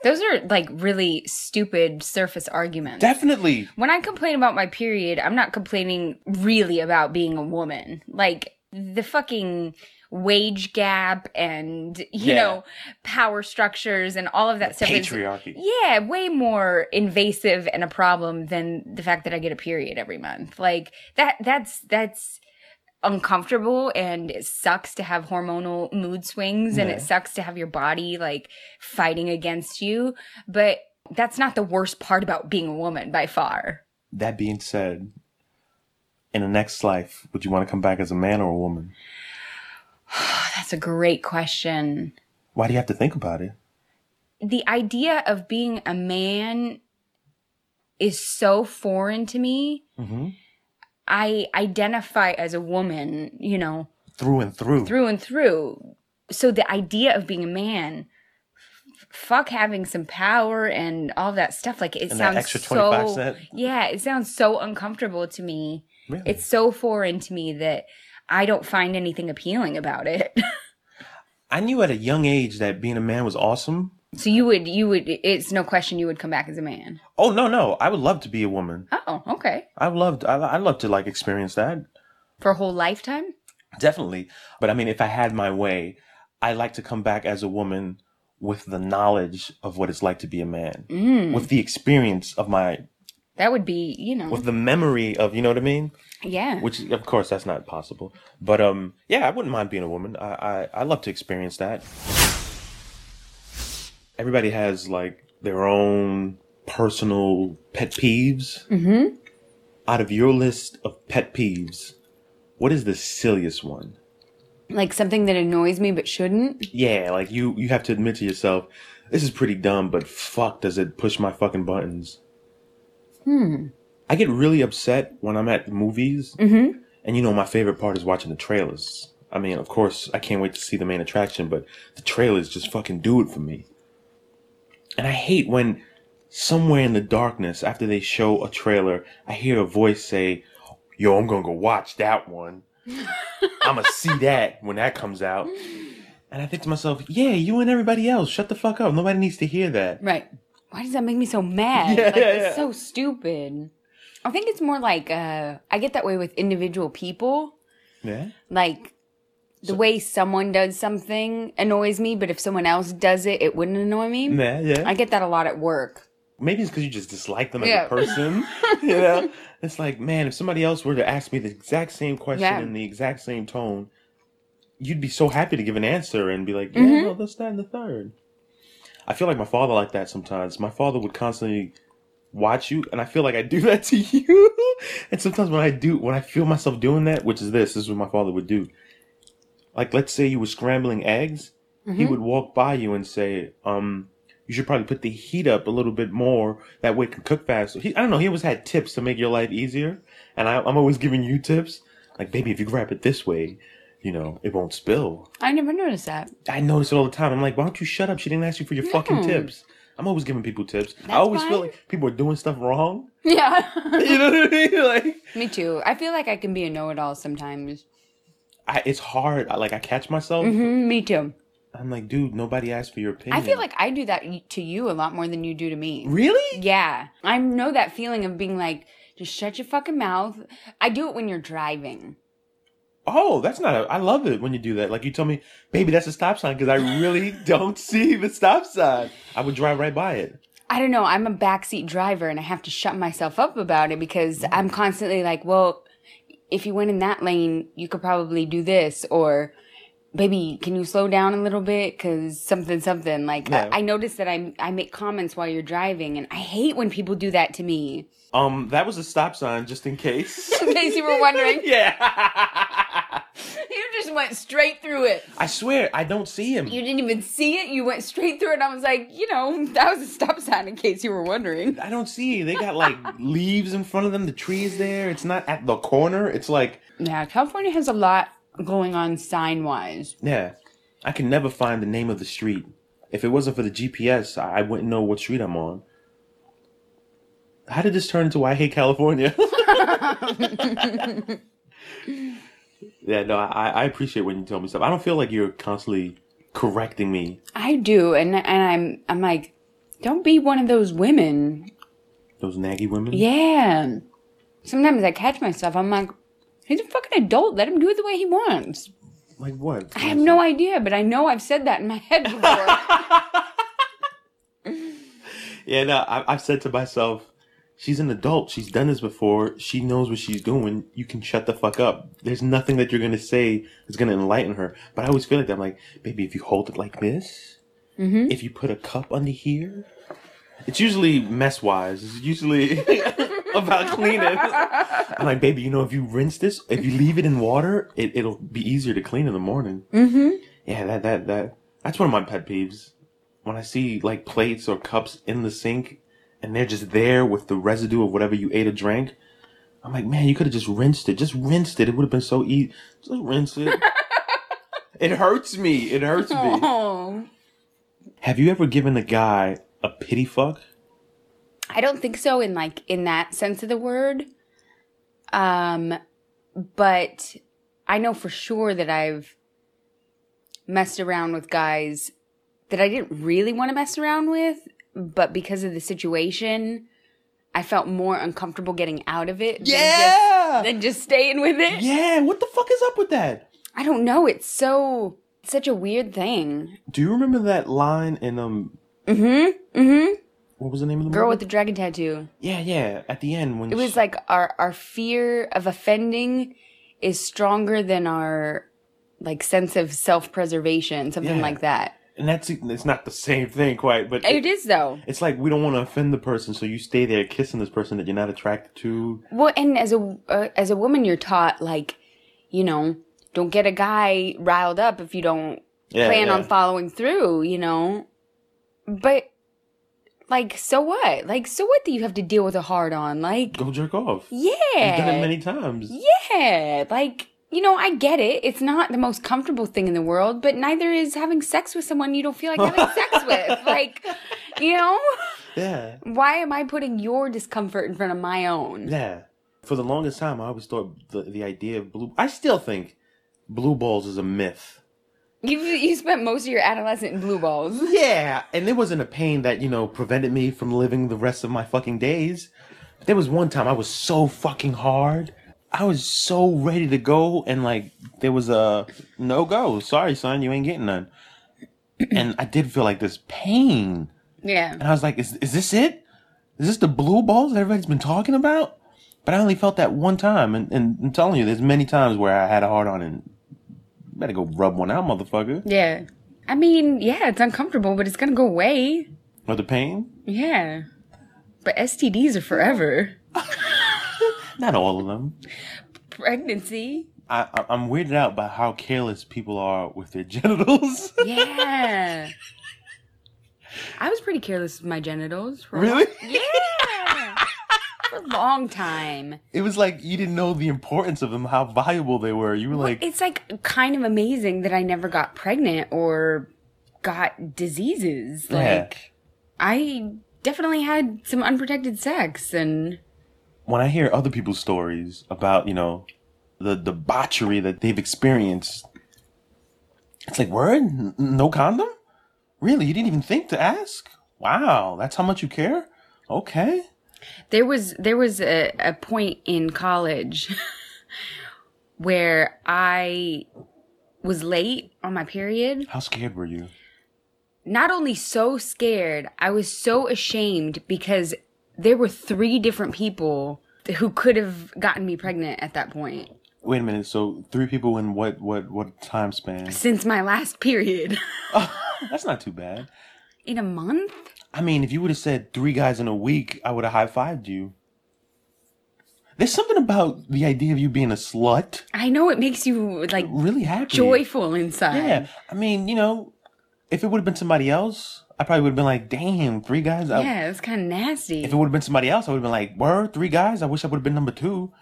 [SPEAKER 7] Those are like really stupid surface arguments.
[SPEAKER 6] Definitely.
[SPEAKER 7] When I complain about my period, I'm not complaining really about being a woman. Like the fucking wage gap and you
[SPEAKER 6] Yeah.
[SPEAKER 7] know power structures and all of that stuff is
[SPEAKER 6] Patriarchy.
[SPEAKER 7] yeah, way more invasive and a problem than the fact that I get a period every month. Like that that's that's uncomfortable and it sucks to have hormonal mood swings and
[SPEAKER 6] Yeah.
[SPEAKER 7] it sucks to have your body like fighting against you, but that's not the worst part about being a woman by far.
[SPEAKER 6] That being said, in the next life, would you want to come back as a man or a woman?
[SPEAKER 7] That's a great question.
[SPEAKER 6] Why do you have to think about it?
[SPEAKER 7] the idea of being a man is so foreign to me.
[SPEAKER 6] Mhm.
[SPEAKER 7] I identify as a woman, you know,
[SPEAKER 6] Through and through.
[SPEAKER 7] through and through. So the idea of being a man, f- fuck having some power and all that stuff. Like it
[SPEAKER 6] And that
[SPEAKER 7] sounds
[SPEAKER 6] extra 25
[SPEAKER 7] so
[SPEAKER 6] cent.
[SPEAKER 7] yeah, it sounds so uncomfortable to me.
[SPEAKER 6] Really?
[SPEAKER 7] It's so foreign to me that I don't find anything appealing about it.
[SPEAKER 6] I knew at a young age that being a man was awesome.
[SPEAKER 7] so you would, you would, it's no question you would come back as a man.
[SPEAKER 6] Oh no, no. I would love to be a woman.
[SPEAKER 7] Oh, okay.
[SPEAKER 6] I loved I I love to like experience that.
[SPEAKER 7] for a whole lifetime?
[SPEAKER 6] Definitely. But I mean if I had my way, I like to come back as a woman with the knowledge of what it's like to be a man. With the experience of my
[SPEAKER 7] That would be, you know,
[SPEAKER 6] with the memory of you know what I mean?
[SPEAKER 7] yeah.
[SPEAKER 6] Which of course that's not possible. But um yeah, I wouldn't mind being a woman. I I, I love to experience that. Everybody has like their own personal pet peeves. Mm-hmm. Out of your list of pet peeves, what is the silliest one?
[SPEAKER 10] Like something that annoys me but shouldn't.
[SPEAKER 6] Yeah, like you you have to admit to yourself, this is pretty dumb, but fuck does it push my fucking buttons. Hmm. I get really upset when I'm at the movies. Mm-hmm. And you know, my favorite part is watching the trailers. I mean, of course, I can't wait to see the main attraction, but the trailers just fucking do it for me. And I hate when somewhere in the darkness, after they show a trailer, I hear a voice say, Yo, I'm gonna go watch that one. I'ma see that when that comes out. And I think to myself, yeah, you and everybody else, shut the fuck up. Nobody needs to hear that.
[SPEAKER 10] Right. Why does that make me so mad?
[SPEAKER 6] Yeah,
[SPEAKER 10] like,
[SPEAKER 6] yeah,
[SPEAKER 10] It's
[SPEAKER 6] yeah.
[SPEAKER 10] so stupid. I think it's more like uh, I get that way with individual people.
[SPEAKER 6] Yeah.
[SPEAKER 10] Like the way someone does something annoys me, but if someone else does it, it wouldn't annoy me.
[SPEAKER 6] Yeah, yeah.
[SPEAKER 10] I get that a lot at work.
[SPEAKER 6] Maybe it's because you just dislike them as
[SPEAKER 10] Yeah.
[SPEAKER 6] a person. you know? It's like, man, if somebody else were to ask me the exact same question
[SPEAKER 10] Yeah.
[SPEAKER 6] in the exact same tone, you'd be so happy to give an answer and be like, yeah,
[SPEAKER 10] Mm-hmm.
[SPEAKER 6] no, that's that and the third. I feel like my father like that sometimes. My father would constantly watch you, and I feel like I do that to you. and sometimes when I do, when I feel myself doing that, which is this, this is what my father would do. Like, let's say you were scrambling eggs, he
[SPEAKER 10] Mm-hmm.
[SPEAKER 6] would walk by you and say, um, you should probably put the heat up a little bit more. That way it can cook faster. He, I don't know. He always had tips to make your life easier. And I, I'm always giving you tips. Like, baby, if you grab it this way, you know, it won't spill.
[SPEAKER 10] I never noticed that.
[SPEAKER 6] I notice it all the time. I'm like, why don't you shut up? She didn't ask you for your
[SPEAKER 7] Hmm.
[SPEAKER 6] fucking tips. I'm always giving people tips. I always feel
[SPEAKER 10] fine.
[SPEAKER 6] like people are doing stuff wrong.
[SPEAKER 10] Yeah.
[SPEAKER 6] You know what I mean? Like,
[SPEAKER 10] me too. I feel like I can be a know it all sometimes.
[SPEAKER 6] I, it's hard. I, like I catch myself.
[SPEAKER 7] hmm me too.
[SPEAKER 6] I'm like, dude, nobody asked for your opinion.
[SPEAKER 7] I feel like I do that y- to you a lot more than you do to me.
[SPEAKER 6] really.
[SPEAKER 7] Yeah. I know that feeling of being like, just shut your fucking mouth. I do it when you're driving.
[SPEAKER 6] Oh, that's not. A, I love it when you do that. Like you tell me, baby, that's a stop sign because I really don't see the stop sign. I would drive right by it.
[SPEAKER 7] I don't know. I'm a backseat driver and I have to shut myself up about it because I'm constantly like, well, if you went in that lane, you could probably do this or baby, can you slow down a little bit? Cause something, something like
[SPEAKER 6] Yeah.
[SPEAKER 7] I, I noticed that I, I make comments while you're driving and I hate when people do that to me.
[SPEAKER 6] Um, that was a stop sign, just in case.
[SPEAKER 7] In case you were wondering,
[SPEAKER 6] yeah.
[SPEAKER 7] you just went straight through it.
[SPEAKER 6] I swear, I don't see him.
[SPEAKER 7] You didn't even see it. You went straight through it. I was like, you know, that was a stop sign in case you were wondering.
[SPEAKER 6] I don't see. They got like leaves in front of them. The trees there. It's not at the corner. It's like
[SPEAKER 7] Yeah, California has a lot going on sign wise.
[SPEAKER 6] yeah. I can never find the name of the street. If it wasn't for the GPS, I I wouldn't know what street I'm on. How did this turn into why I hate California? yeah, no, I, I appreciate when you tell me stuff. I don't feel like you're constantly correcting me.
[SPEAKER 7] I do, and and I'm I'm like, don't be one of those women.
[SPEAKER 6] Those naggy women.
[SPEAKER 7] Yeah. Sometimes I catch myself. I'm like, he's a fucking adult. Let him do it the way he wants.
[SPEAKER 6] Like what?
[SPEAKER 7] I have no idea, but I know I've said that in my head before.
[SPEAKER 6] Yeah, no, I, I've said to myself, she's an adult. She's done this before. She knows what she's doing. You can shut the fuck up. There's nothing that you're going to say that's going to enlighten her. But I always feel like that. I'm like, baby, if you hold it like this, if you put a cup under here, it's usually mess wise. It's usually about cleaning. I'm like, baby, you know, if you rinse this, if you leave it in water, it, it'll be easier to clean in the morning. Mm-hmm. Yeah, that, that, that, that's one of my pet peeves when I see like plates or cups in the sink and they're just there with the residue of whatever you ate or drank, I'm like, man, you could have just rinsed it. Just rinsed it. It would have been so easy. Just rinse it. it hurts me. It hurts me.
[SPEAKER 7] oh.
[SPEAKER 6] Have you ever given a guy a pity fuck?
[SPEAKER 7] I don't think so in like in that sense of the word. Um but I know for sure that I've messed around with guys that I didn't really want to mess around with, but because of the situation, I felt more uncomfortable getting out of it than, just, than just staying with it.
[SPEAKER 6] Yeah. What the fuck is up with that?
[SPEAKER 7] I don't know, it's so it's such a weird thing.
[SPEAKER 6] Do you remember that line in um?
[SPEAKER 7] Mm-hmm. Mm-hmm.
[SPEAKER 6] What was the name of the
[SPEAKER 7] Girl with
[SPEAKER 6] movie?
[SPEAKER 7] the dragon tattoo.
[SPEAKER 6] Yeah, yeah. At the end when
[SPEAKER 7] it was
[SPEAKER 6] she-
[SPEAKER 7] like our our fear of offending is stronger than our like sense of self-preservation something
[SPEAKER 6] Yeah.
[SPEAKER 7] like that
[SPEAKER 6] and that's it's not the same thing quite, but
[SPEAKER 7] it is though
[SPEAKER 6] It's like we don't want to offend the person, so you stay there kissing this person that you're not attracted to.
[SPEAKER 7] well and as a uh, as a woman you're taught like you know don't get a guy riled up if you don't
[SPEAKER 6] Yeah,
[SPEAKER 7] plan
[SPEAKER 6] yeah.
[SPEAKER 7] on following through you know but like so what like so what do you have to deal with a hard on like
[SPEAKER 6] Go jerk off.
[SPEAKER 7] yeah
[SPEAKER 6] You've done it many times.
[SPEAKER 7] Yeah, like, you know, I get it. It's not the most comfortable thing in the world, but neither is having sex with someone you don't feel like having sex with. Like, you know,
[SPEAKER 6] Yeah.
[SPEAKER 7] why am I putting your discomfort in front of my own?
[SPEAKER 6] Yeah. For the longest time, I always thought the, the idea of blue. I still think blue balls is a myth.
[SPEAKER 7] You you spent most of your adolescent in blue balls.
[SPEAKER 6] Yeah, and it wasn't a pain that, you know, prevented me from living the rest of my fucking days. There was one time I was so fucking hard. I was so ready to go, and like, there was a no go. Sorry, son, you ain't getting none. And I did feel like this pain.
[SPEAKER 7] Yeah.
[SPEAKER 6] And I was like, is, is this it? Is this the blue balls that everybody's been talking about? But I only felt that one time. And, and I'm telling you, there's many times where I had a hard on and better go rub one out, motherfucker.
[SPEAKER 7] Yeah. I mean, yeah, it's uncomfortable, but it's going to go away.
[SPEAKER 6] Or the pain.
[SPEAKER 7] Yeah. But STDs are forever.
[SPEAKER 6] Not all of them.
[SPEAKER 7] Pregnancy.
[SPEAKER 6] I, I- I'm weirded out by how careless people are with their genitals.
[SPEAKER 7] Yeah. I was pretty careless with my genitals. For a
[SPEAKER 6] really?
[SPEAKER 7] Yeah. For a long time.
[SPEAKER 6] It was like you didn't know the importance of them, how valuable they were. You were like,
[SPEAKER 7] It's like kind of amazing that I never got pregnant or got diseases.
[SPEAKER 6] Yeah.
[SPEAKER 7] Like I definitely had some unprotected sex and
[SPEAKER 6] when I hear other people's stories about, you know, the debauchery that they've experienced. It's like, word? N- No condom? Really? You didn't even think to ask? Wow, that's how much you care? Okay.
[SPEAKER 7] There was there was a, a point in college where I was late on my period.
[SPEAKER 6] How scared were you?
[SPEAKER 7] Not only so scared, I was so ashamed because there were three different people who could have gotten me pregnant at that point
[SPEAKER 6] Wait a minute. So three people in what what what time span?
[SPEAKER 7] since my last period
[SPEAKER 6] That's not too bad.
[SPEAKER 7] in a month.
[SPEAKER 6] I mean, if you would have said three guys in a week, I would have high fived you. There's something about the idea of you being a slut
[SPEAKER 7] I know it makes you like
[SPEAKER 6] really happy.
[SPEAKER 7] joyful inside.
[SPEAKER 6] Yeah. I mean, you know, if it would have been somebody else, I probably would have been like, damn, three guys. I,
[SPEAKER 7] Yeah, it's kind of nasty.
[SPEAKER 6] If it would have been somebody else, I would have been like, word, three guys. I wish I would have been number two.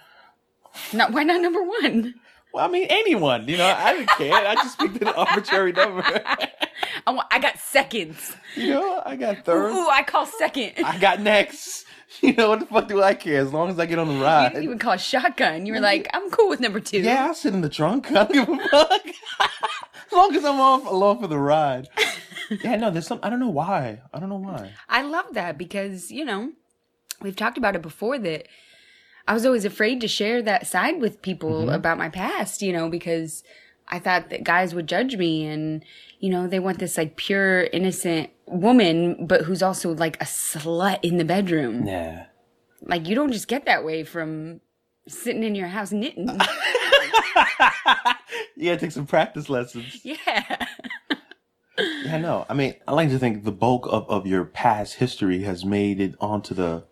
[SPEAKER 7] Not why not number one?
[SPEAKER 6] Well, I mean, anyone, you know, I didn't care. I just picked an arbitrary number.
[SPEAKER 7] I, want, I got seconds.
[SPEAKER 6] you know, I got third.
[SPEAKER 7] Ooh, I call second.
[SPEAKER 6] I got next. You know, what the fuck do I care? As long as I get on the
[SPEAKER 7] you didn't
[SPEAKER 6] ride.
[SPEAKER 7] even call shotgun. You were like, I'm cool with number two.
[SPEAKER 6] Yeah, I sit in the trunk. I don't give a fuck. as long as I'm off along for the ride. Yeah, no, there's some. I don't know why. I don't know why.
[SPEAKER 7] I love that because, you know, we've talked about it before that I was always afraid to share that side with people
[SPEAKER 6] Mm-hmm.
[SPEAKER 7] about my past, you know, because I thought that guys would judge me and, you know, they want this like pure, innocent woman, but who's also like a slut in the bedroom.
[SPEAKER 6] Yeah.
[SPEAKER 7] Like, you don't just get that way from sitting in your house knitting.
[SPEAKER 6] Yeah, take some practice lessons.
[SPEAKER 7] yeah.
[SPEAKER 6] Yeah, no. I mean, I like to think the bulk of, of your past history has made it onto the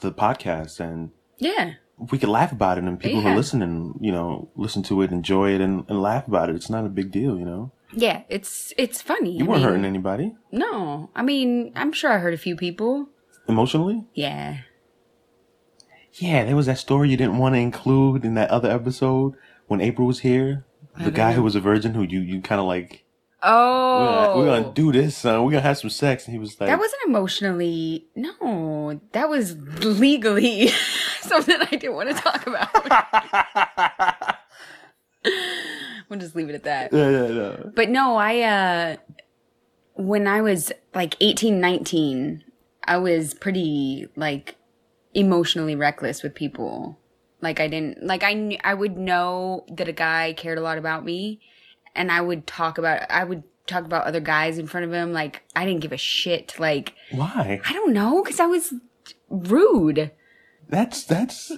[SPEAKER 6] the podcast, and
[SPEAKER 7] Yeah.
[SPEAKER 6] we could laugh about it, and people who
[SPEAKER 7] Yeah.
[SPEAKER 6] are listening, you know, listen to it, enjoy it, and, and laugh about it. It's not a big deal, you know.
[SPEAKER 7] Yeah. It's, it's funny.
[SPEAKER 6] You
[SPEAKER 7] I
[SPEAKER 6] weren't
[SPEAKER 7] mean,
[SPEAKER 6] hurting anybody
[SPEAKER 7] No. I mean, I'm sure I hurt a few people.
[SPEAKER 6] emotionally.
[SPEAKER 7] Yeah.
[SPEAKER 6] Yeah, there was that story you didn't want to include in that other episode when April was here. The guy who was a virgin, who you you kind of like, we're
[SPEAKER 7] Oh,
[SPEAKER 6] gonna, we're gonna do this, son. We're gonna have some sex, and he was like,
[SPEAKER 7] that wasn't emotionally. No, that was legally something I didn't want to talk about. we'll just leave it at that.
[SPEAKER 6] yeah, yeah, yeah.
[SPEAKER 7] But no, I uh when I was like 18, 19, I was pretty like emotionally reckless with people. Like I didn't like I knew, I would know that a guy cared a lot about me and I would talk about I would talk about other guys in front of him like I didn't give a shit like
[SPEAKER 6] Why?
[SPEAKER 7] I don't know cuz I was rude.
[SPEAKER 6] That's that's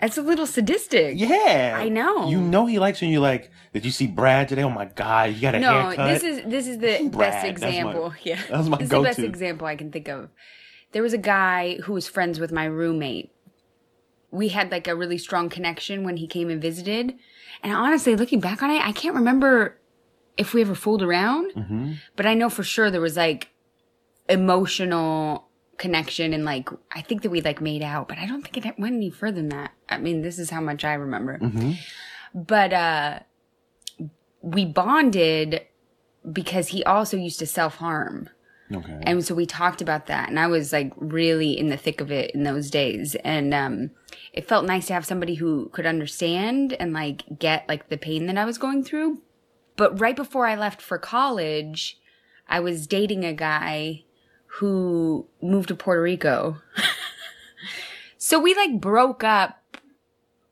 [SPEAKER 7] That's a little sadistic.
[SPEAKER 6] Yeah.
[SPEAKER 7] I know.
[SPEAKER 6] You know he likes you and you're like, did you see Brad today? Oh my god, you got a
[SPEAKER 7] No,
[SPEAKER 6] haircut.
[SPEAKER 7] this is this is the
[SPEAKER 6] Brad,
[SPEAKER 7] best
[SPEAKER 6] that's my-
[SPEAKER 7] example. yeah,
[SPEAKER 6] that was my
[SPEAKER 7] this is the best
[SPEAKER 6] go-to.
[SPEAKER 7] example I can think of. There was a guy who was friends with my roommate. We had like a really strong connection when he came and visited. And honestly, looking back on it, I can't remember if we ever fooled around,
[SPEAKER 6] Mm-hmm.
[SPEAKER 7] but I know for sure there was like emotional connection and like I think that we like made out, but I don't think it went any further than that. I mean, this is how much I remember.
[SPEAKER 6] Mm-hmm.
[SPEAKER 7] But uh we bonded because he also used to self harm.
[SPEAKER 6] okay.
[SPEAKER 7] And so we talked about that. And I was like really in the thick of it in those days. And um, it felt nice to have somebody who could understand and like get like the pain that I was going through. But right before I left for college, I was dating a guy who moved to Puerto Rico. so we like broke up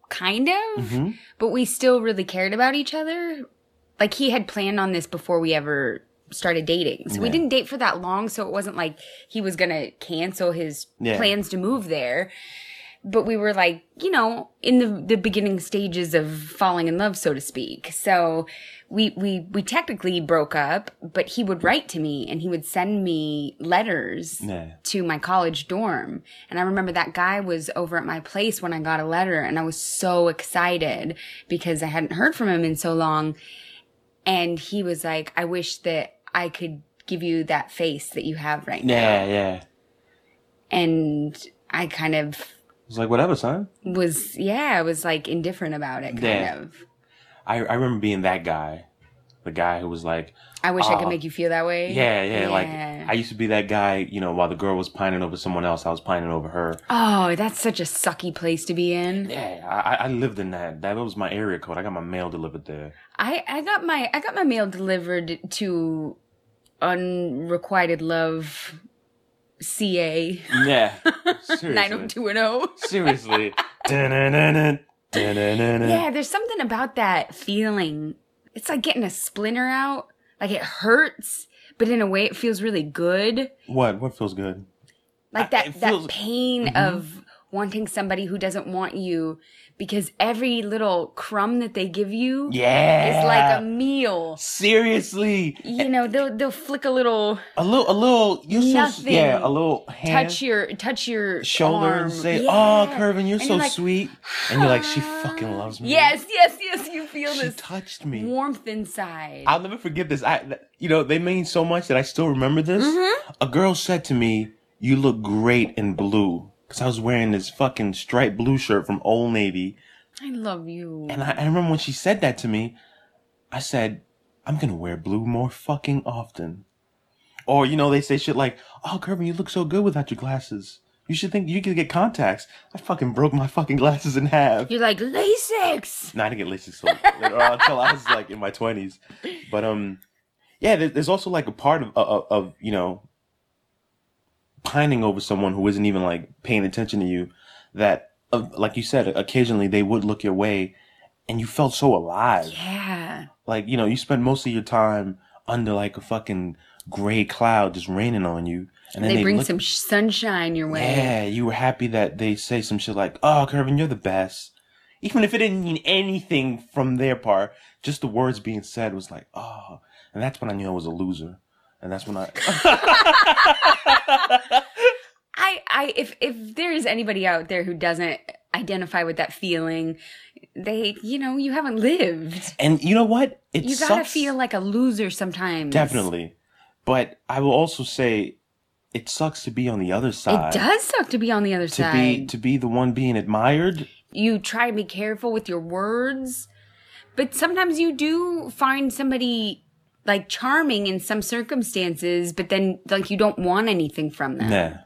[SPEAKER 7] kind of, but we still really cared about each other. Like he had planned on this before we ever started dating. So we didn't date for that long, so it wasn't like he was going to cancel his
[SPEAKER 6] Yeah.
[SPEAKER 7] plans to move there. But we were like, you know, in the the beginning stages of falling in love, so to speak. So we we we technically broke up, but he would write to me and he would send me letters
[SPEAKER 6] Yeah.
[SPEAKER 7] to my college dorm. And I remember that guy was over at my place when I got a letter and I was so excited because I hadn't heard from him in so long. And he was like, I wish that I could give you that face that you have right now.
[SPEAKER 6] Yeah, yeah.
[SPEAKER 7] And I kind of
[SPEAKER 6] It's like whatever, son.
[SPEAKER 7] was, yeah, I was like indifferent about it kind
[SPEAKER 6] Yeah.
[SPEAKER 7] of.
[SPEAKER 6] I I remember being that guy the guy who was like,
[SPEAKER 7] I wish I
[SPEAKER 6] Uh,
[SPEAKER 7] could make you feel that way.
[SPEAKER 6] yeah, yeah, like
[SPEAKER 7] Yeah.
[SPEAKER 6] I used to be that guy, you know, while the girl was pining over someone else, I was pining over her.
[SPEAKER 7] Oh, that's such a sucky place to be in.
[SPEAKER 6] Yeah, I, I- I lived in that. That was my area code. I got my mail delivered there.
[SPEAKER 7] I I got my I got my mail delivered to unrequited love CA
[SPEAKER 6] Yeah, seriously,
[SPEAKER 7] 90210.
[SPEAKER 6] seriously. Dun-dun-dun-dun. Dun-dun-dun-dun.
[SPEAKER 7] Yeah, there's something about that feeling. It's like getting a splinter out. Like it hurts, but in a way it feels really good.
[SPEAKER 6] What? What feels good?
[SPEAKER 7] Like
[SPEAKER 6] I-
[SPEAKER 7] that
[SPEAKER 6] Uh, it feels- Mm-hmm.
[SPEAKER 7] that pain of wanting somebody who doesn't want you because every little crumb that they give you
[SPEAKER 6] Yeah, Eh.
[SPEAKER 7] is like a meal.
[SPEAKER 6] seriously
[SPEAKER 7] You know, they'll they'll flick a little
[SPEAKER 6] a little, a little. You're so
[SPEAKER 7] Nothing.
[SPEAKER 6] yeah, a little hand,
[SPEAKER 7] touch your touch your
[SPEAKER 6] shoulder,
[SPEAKER 7] arm.
[SPEAKER 6] and say,
[SPEAKER 7] Yeah.
[SPEAKER 6] "Oh, Curvin, you're
[SPEAKER 7] And
[SPEAKER 6] so
[SPEAKER 7] like,
[SPEAKER 6] sweet," and you're like, "She fucking loves me."
[SPEAKER 7] Yes, yes, yes. You feel
[SPEAKER 6] she
[SPEAKER 7] this
[SPEAKER 6] touched me.
[SPEAKER 7] warmth inside.
[SPEAKER 6] I'll never forget this. I, th- you know, they mean so much that I still remember this. A girl said to me, "You look great in blue," because I was wearing this fucking striped blue shirt from Old Navy,
[SPEAKER 7] I love you.
[SPEAKER 6] and I, I remember when she said that to me, I said, "I'm gonna wear blue more fucking often." Or you know, they say shit like, "Oh, Kirby, you look so good without your glasses. You should think you could get contacts." I fucking broke my fucking glasses in half.
[SPEAKER 7] You're like Lasix.
[SPEAKER 6] No, I didn't get LASIK till, or uh, until I was like in my twenties. But um, yeah, there, there's also like a part of, of of you know pining over someone who isn't even like paying attention to you. That uh, like you said, occasionally they would look your way, and you felt so alive.
[SPEAKER 7] Yeah.
[SPEAKER 6] Like you know, you spend most of your time under like a fucking gray cloud just raining on you, and then
[SPEAKER 7] They,
[SPEAKER 6] they,
[SPEAKER 7] bring
[SPEAKER 6] look-
[SPEAKER 7] some sh- sunshine your way.
[SPEAKER 6] yeah, you were happy that they say some shit like, "Oh, Kervin, you're the best," even if it didn't mean anything from their part. Just the words being said was like, "Oh," and that's when I knew I was a loser, and that's when I.
[SPEAKER 7] I, I, if if there is anybody out there who doesn't identify with that feeling, they, you know, you haven't lived.
[SPEAKER 6] and you know what? It
[SPEAKER 7] You gotta
[SPEAKER 6] sucks.
[SPEAKER 7] feel like a loser sometimes.
[SPEAKER 6] definitely, but I will also say, it sucks to be on the other side.
[SPEAKER 7] It does suck to be on the other
[SPEAKER 6] To
[SPEAKER 7] side.
[SPEAKER 6] be to be the one being admired.
[SPEAKER 7] you try to be careful with your words but sometimes you do find somebody like charming in some circumstances but then like you don't want anything from them
[SPEAKER 6] Nah.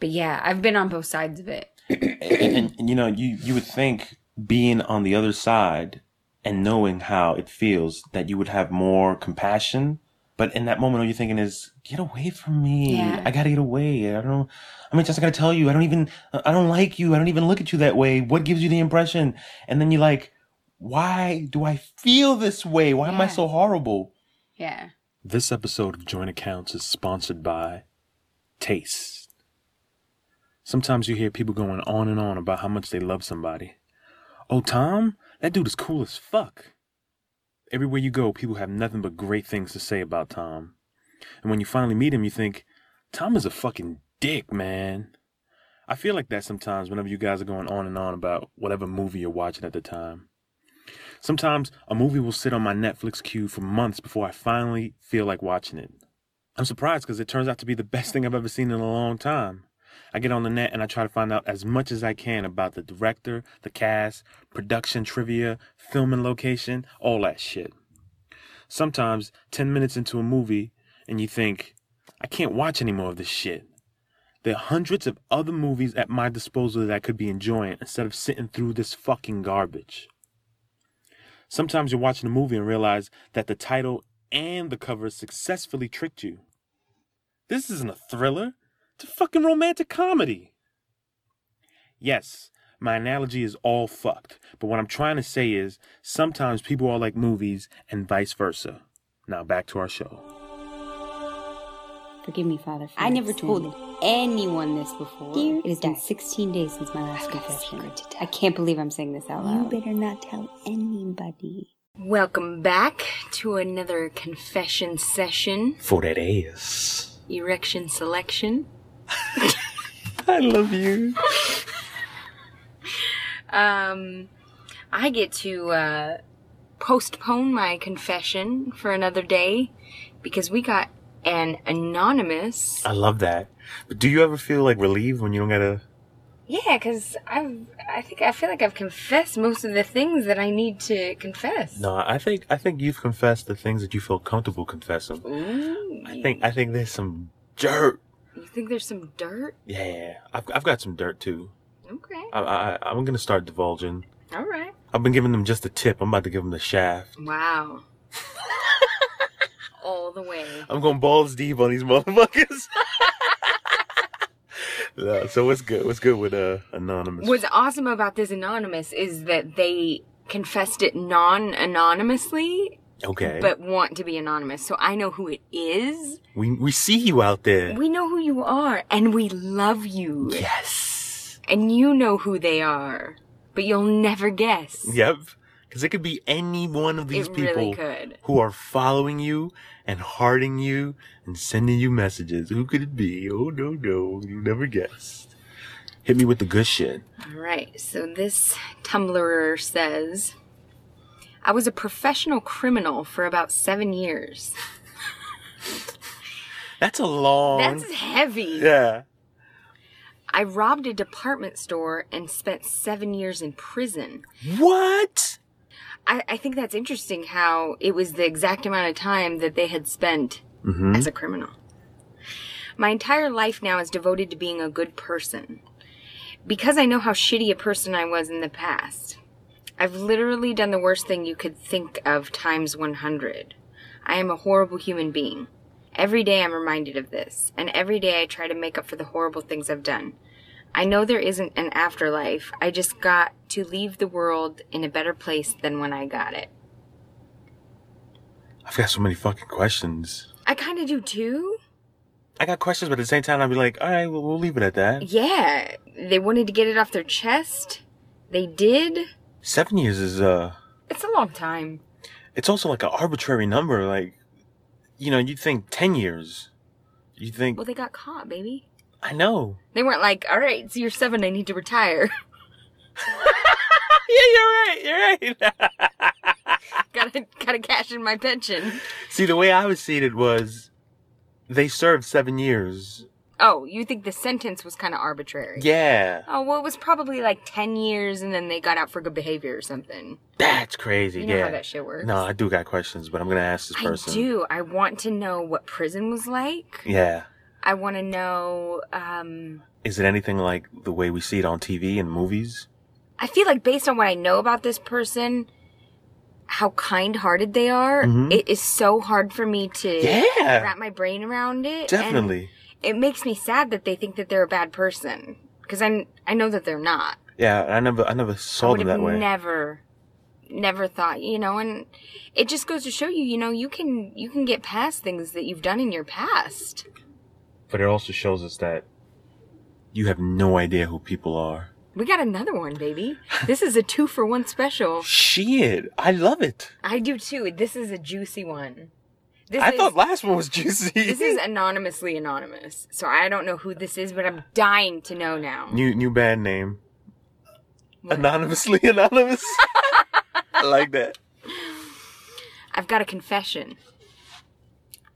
[SPEAKER 7] but yeah i've been on both sides of it
[SPEAKER 6] and, and, and, you know you you would think being on the other side and knowing how it feels that you would have more compassion but in that moment all you're thinking is get away from me
[SPEAKER 7] Yeah.
[SPEAKER 6] i gotta get away i don't i mean just i gotta tell you i don't even i don't like you i don't even look at you that way what gives you the impression and then you're like why do i feel this way why am i
[SPEAKER 7] Yeah.
[SPEAKER 6] so horrible
[SPEAKER 7] yeah
[SPEAKER 11] This episode of Joint Accounts is sponsored by Taste. Sometimes you hear people going on and on about how much they love somebody. Oh, Tom, that dude is cool as fuck. Everywhere you go, people have nothing but great things to say about Tom. And when you finally meet him, you think, Tom is a fucking dick, man. I feel like that sometimes whenever you guys are going on and on about whatever movie you're watching at the time. Sometimes a movie will sit on my Netflix queue for months before I finally feel like watching it. I'm surprised because it turns out to be the best thing I've ever seen in a long time. I get on the net and I try to find out as much as I can about the director, the cast, production trivia, filming location, all that shit. Sometimes 10 minutes into a movie and you think, I can't watch any more of this shit. There are hundreds of other movies at my disposal that I could be enjoying instead of sitting through this fucking garbage. Sometimes you're watching a movie and realize that the title and the cover successfully tricked you. This isn't a thriller, it's a fucking romantic comedy. Yes, my analogy is all fucked, but what I'm trying to say is sometimes people are like movies and vice versa. Now back to our show.
[SPEAKER 7] forgive me father i never told anyone this before it has been 16 days since my last confession i can't believe i'm saying this out loud
[SPEAKER 10] Better not tell anybody.
[SPEAKER 7] welcome back to another confession session
[SPEAKER 11] For that ass.
[SPEAKER 7] erection selection
[SPEAKER 11] I love you.
[SPEAKER 7] um, I get to uh, postpone my confession for another day because we got an anonymous.
[SPEAKER 11] I love that. But do you ever feel like relieved when you don't gotta
[SPEAKER 7] Yeah, because I've I think I feel like I've confessed most of the things that I need to confess.
[SPEAKER 6] No, I think I think you've confessed the things that you feel comfortable confessing. I think I think there's some dirt.
[SPEAKER 7] You think there's some dirt?
[SPEAKER 6] Yeah, I've, I've got some dirt too.
[SPEAKER 7] Okay.
[SPEAKER 6] I, I I'm gonna start divulging.
[SPEAKER 7] All right.
[SPEAKER 6] I've been giving them just a tip. I'm about to give them the shaft.
[SPEAKER 7] Wow. All the way.
[SPEAKER 6] I'm going balls deep on these motherfuckers. No, so what's good? What's good with uh anonymous?
[SPEAKER 7] What's awesome about this anonymous is that they confessed it non-anonymously,
[SPEAKER 6] okay,
[SPEAKER 7] but want to be anonymous. So I know who it is.
[SPEAKER 6] we we see you out there.
[SPEAKER 7] We know who you are, and we love you.
[SPEAKER 6] yes.
[SPEAKER 7] And you know who they are, but you'll never guess.
[SPEAKER 6] Yep. Because it could be any one of these
[SPEAKER 7] It
[SPEAKER 6] people
[SPEAKER 7] really could.
[SPEAKER 6] who are following you and hearting you and sending you messages. Who could it be? Oh no no, you never guessed. Hit me with the good shit.
[SPEAKER 7] All right, so this Tumblr says I was a professional criminal for about seven years.
[SPEAKER 6] That's a long.
[SPEAKER 7] That's heavy.
[SPEAKER 6] yeah.
[SPEAKER 7] I robbed a department store and spent seven years in prison.
[SPEAKER 6] What?
[SPEAKER 7] I, I think that's interesting how it was the exact amount of time that they had spent as a criminal. My entire life now is devoted to being a good person because I know how shitty a person I was in the past. I've literally done the worst thing you could think of times 100. I am a horrible human being. Every day I'm reminded of this, and every day I try to make up for the horrible things I've done. I know there isn't an afterlife. I just got to leave the world in a better place than when I got it.
[SPEAKER 6] I've got so many fucking questions.
[SPEAKER 7] I kind of do too.
[SPEAKER 6] I got questions, but at the same time, I'd be like, all right, well, we'll leave it at that.
[SPEAKER 7] Yeah, they wanted to get it off their chest. They did.
[SPEAKER 6] Seven years is uh,
[SPEAKER 7] It's a long time.
[SPEAKER 6] it's also like an arbitrary number. Like, you know, you think ten years. You think
[SPEAKER 7] Well, they got caught, baby.
[SPEAKER 6] I know.
[SPEAKER 7] They weren't like, all right, so you're seven, I need to retire.
[SPEAKER 6] yeah, you're right. You're right.
[SPEAKER 7] gotta, gotta cash in my pension.
[SPEAKER 6] See, the way I was seated was they served seven years.
[SPEAKER 7] Oh, you think the sentence was kind of arbitrary?
[SPEAKER 6] Yeah.
[SPEAKER 7] Oh, well, it was probably like 10 years and then they got out for good behavior or something.
[SPEAKER 6] That's crazy.
[SPEAKER 7] You know
[SPEAKER 6] yeah.
[SPEAKER 7] how that shit works.
[SPEAKER 6] No, I do got questions, but I'm going to ask this person.
[SPEAKER 7] I do. I want to know what prison was like.
[SPEAKER 6] Yeah.
[SPEAKER 7] I want to know. Um,
[SPEAKER 6] Is it anything like the way we see it on TV and movies?
[SPEAKER 7] I feel like based on what I know about this person, how kind-hearted they are, it is so hard for me to
[SPEAKER 6] Mm-hmm. Yeah.
[SPEAKER 7] wrap my brain around it. and
[SPEAKER 6] Definitely.
[SPEAKER 7] it makes me sad that they think that they're a bad person because I I know that they're not.
[SPEAKER 6] Yeah, I never I never
[SPEAKER 7] I
[SPEAKER 6] saw
[SPEAKER 7] would
[SPEAKER 6] them
[SPEAKER 7] have
[SPEAKER 6] that way.
[SPEAKER 7] never never thought you know and it just goes to show you you know you can you can get past things that you've done in your past
[SPEAKER 6] but it also shows us that you have no idea who people are.
[SPEAKER 7] We got another one, baby. This is a two for one special.
[SPEAKER 6] Shit, I love it.
[SPEAKER 7] I do too. This is a juicy one. This
[SPEAKER 6] I
[SPEAKER 7] is,
[SPEAKER 6] thought last one was juicy.
[SPEAKER 7] this is anonymously anonymous, so I don't know who this is, but I'm dying to know now.
[SPEAKER 6] new new band name. Anonymously anonymous. I like that.
[SPEAKER 7] I've got a confession.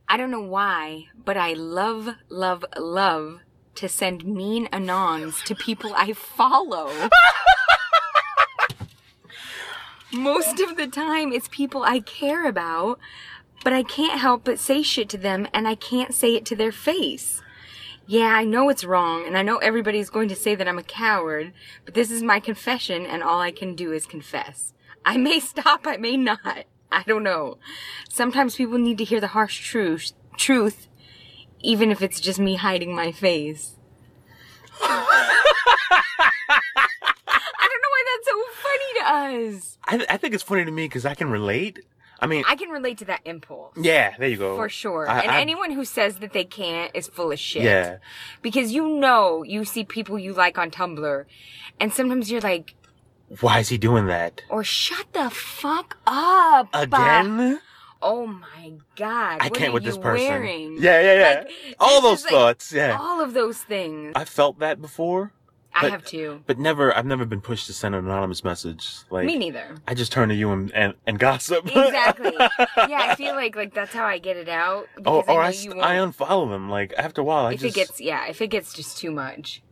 [SPEAKER 7] I don't know why, but I love, love, love to send mean anons to people I follow. Most of the time, it's people I care about, but I can't help but say shit to them and I can't say it to their face. Yeah, I know it's wrong, and I know everybody's going to say that I'm a coward, but this is my confession, and all I can do is confess. I may stop, I may not. I don't know. Sometimes people need to hear the harsh truth, truth, even if it's just me hiding my face. I don't know why that's so funny to us.
[SPEAKER 6] I, I think it's funny to me because I can relate. I mean,
[SPEAKER 7] I can relate to that impulse.
[SPEAKER 6] yeah, there you go.
[SPEAKER 7] For sure.
[SPEAKER 6] I-
[SPEAKER 7] and
[SPEAKER 6] I-
[SPEAKER 7] anyone who says that they can't is full of shit.
[SPEAKER 6] Yeah.
[SPEAKER 7] Because you know you see people you like on Tumblr, and sometimes you're like,
[SPEAKER 6] Why is he doing that
[SPEAKER 7] or shut the fuck up.
[SPEAKER 6] again?
[SPEAKER 7] Oh my god.
[SPEAKER 6] I
[SPEAKER 7] what
[SPEAKER 6] can't
[SPEAKER 7] are
[SPEAKER 6] with
[SPEAKER 7] you
[SPEAKER 6] this person.
[SPEAKER 7] Wearing?
[SPEAKER 6] Yeah, yeah, yeah.
[SPEAKER 7] Like,
[SPEAKER 6] all
[SPEAKER 7] this
[SPEAKER 6] those
[SPEAKER 7] is like
[SPEAKER 6] thoughts. Yeah,
[SPEAKER 7] All of those things.
[SPEAKER 6] I felt that before,
[SPEAKER 7] I
[SPEAKER 6] but-
[SPEAKER 7] have too.
[SPEAKER 6] but never. I've never been pushed to send an anonymous message. Like
[SPEAKER 7] Me neither.
[SPEAKER 6] I just turn to you and and, and gossip.
[SPEAKER 7] Exactly. yeah, I feel like like that's how I get it out.
[SPEAKER 6] or
[SPEAKER 7] because
[SPEAKER 6] or
[SPEAKER 7] know
[SPEAKER 6] Oh, I,
[SPEAKER 7] you
[SPEAKER 6] st-
[SPEAKER 7] won't-
[SPEAKER 6] I unfollow them. Like after a while, I
[SPEAKER 7] if
[SPEAKER 6] just
[SPEAKER 7] it gets yeah if it gets just too much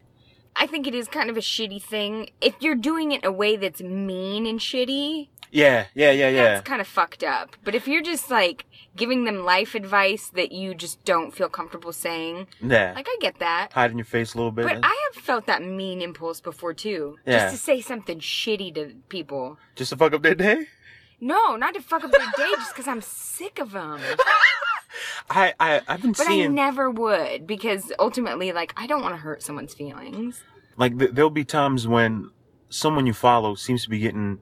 [SPEAKER 7] I think it is kind of a shitty thing. If you're doing it in a way that's mean and shitty,
[SPEAKER 6] Yeah, yeah, yeah, yeah.
[SPEAKER 7] that's kind of fucked up. But if you're just like giving them life advice that you just don't feel comfortable saying,
[SPEAKER 6] Yeah.
[SPEAKER 7] like I get that.
[SPEAKER 6] Hide in your face a little bit.
[SPEAKER 7] But I have felt that mean impulse before too.
[SPEAKER 6] Yeah.
[SPEAKER 7] Just to say something shitty to people.
[SPEAKER 6] Just to fuck up their day?
[SPEAKER 7] No, not to fuck up their day just because I'm sick of them.
[SPEAKER 6] I, I, I've been
[SPEAKER 7] But I
[SPEAKER 6] seeing.
[SPEAKER 7] never would because ultimately, like, I don't want to hurt someone's feelings.
[SPEAKER 6] like th- there'll be times when someone you follow seems to be getting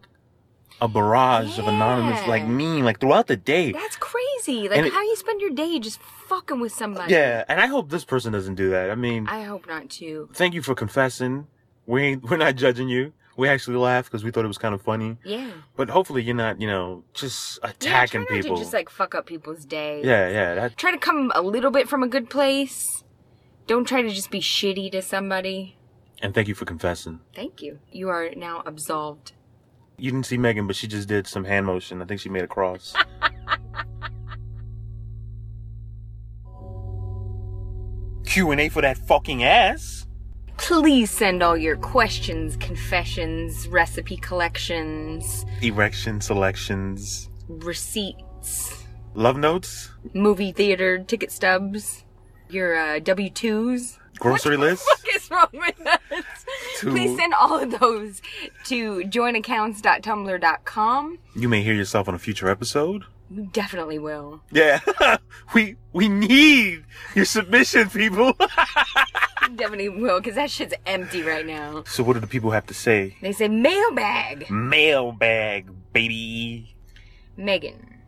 [SPEAKER 6] a barrage of anonymous
[SPEAKER 7] Yeah.
[SPEAKER 6] like mean like throughout the day
[SPEAKER 7] That's crazy. Like,
[SPEAKER 6] And it-
[SPEAKER 7] how you spend your day just fucking with somebody.
[SPEAKER 6] yeah and i hope this person doesn't do that i mean
[SPEAKER 7] I hope not too.
[SPEAKER 6] thank you for confessing we ain't, we're not judging you we actually laughed because we thought it was kind of funny
[SPEAKER 7] Yeah.
[SPEAKER 6] but hopefully you're not you know just
[SPEAKER 7] Yeah, try
[SPEAKER 6] attacking
[SPEAKER 7] not
[SPEAKER 6] people
[SPEAKER 7] To just like fuck up people's day.
[SPEAKER 6] yeah yeah that
[SPEAKER 7] Try to come a little bit from a good place. Don't try to just be shitty to somebody.
[SPEAKER 6] and thank you for confessing
[SPEAKER 7] Thank you. You are now absolved.
[SPEAKER 6] you didn't see megan but she just did some hand motion i think she made a cross q&a for that fucking ass
[SPEAKER 7] Please send all your questions, confessions, recipe collections,
[SPEAKER 6] erection selections,
[SPEAKER 7] receipts,
[SPEAKER 6] love notes,
[SPEAKER 7] movie theater ticket stubs, your uh, W 2s.
[SPEAKER 6] grocery list.
[SPEAKER 7] What is wrong with us?
[SPEAKER 6] To-
[SPEAKER 7] Please send all of those to joinaccounts.tumblr.com.
[SPEAKER 6] You may hear yourself on a future episode.
[SPEAKER 7] You definitely will.
[SPEAKER 6] Yeah, we we need your submission, people.
[SPEAKER 7] You definitely will, because that shit's empty right now.
[SPEAKER 6] so, what do the people have to say?
[SPEAKER 7] They say mailbag.
[SPEAKER 6] Mailbag, baby.
[SPEAKER 7] Megan,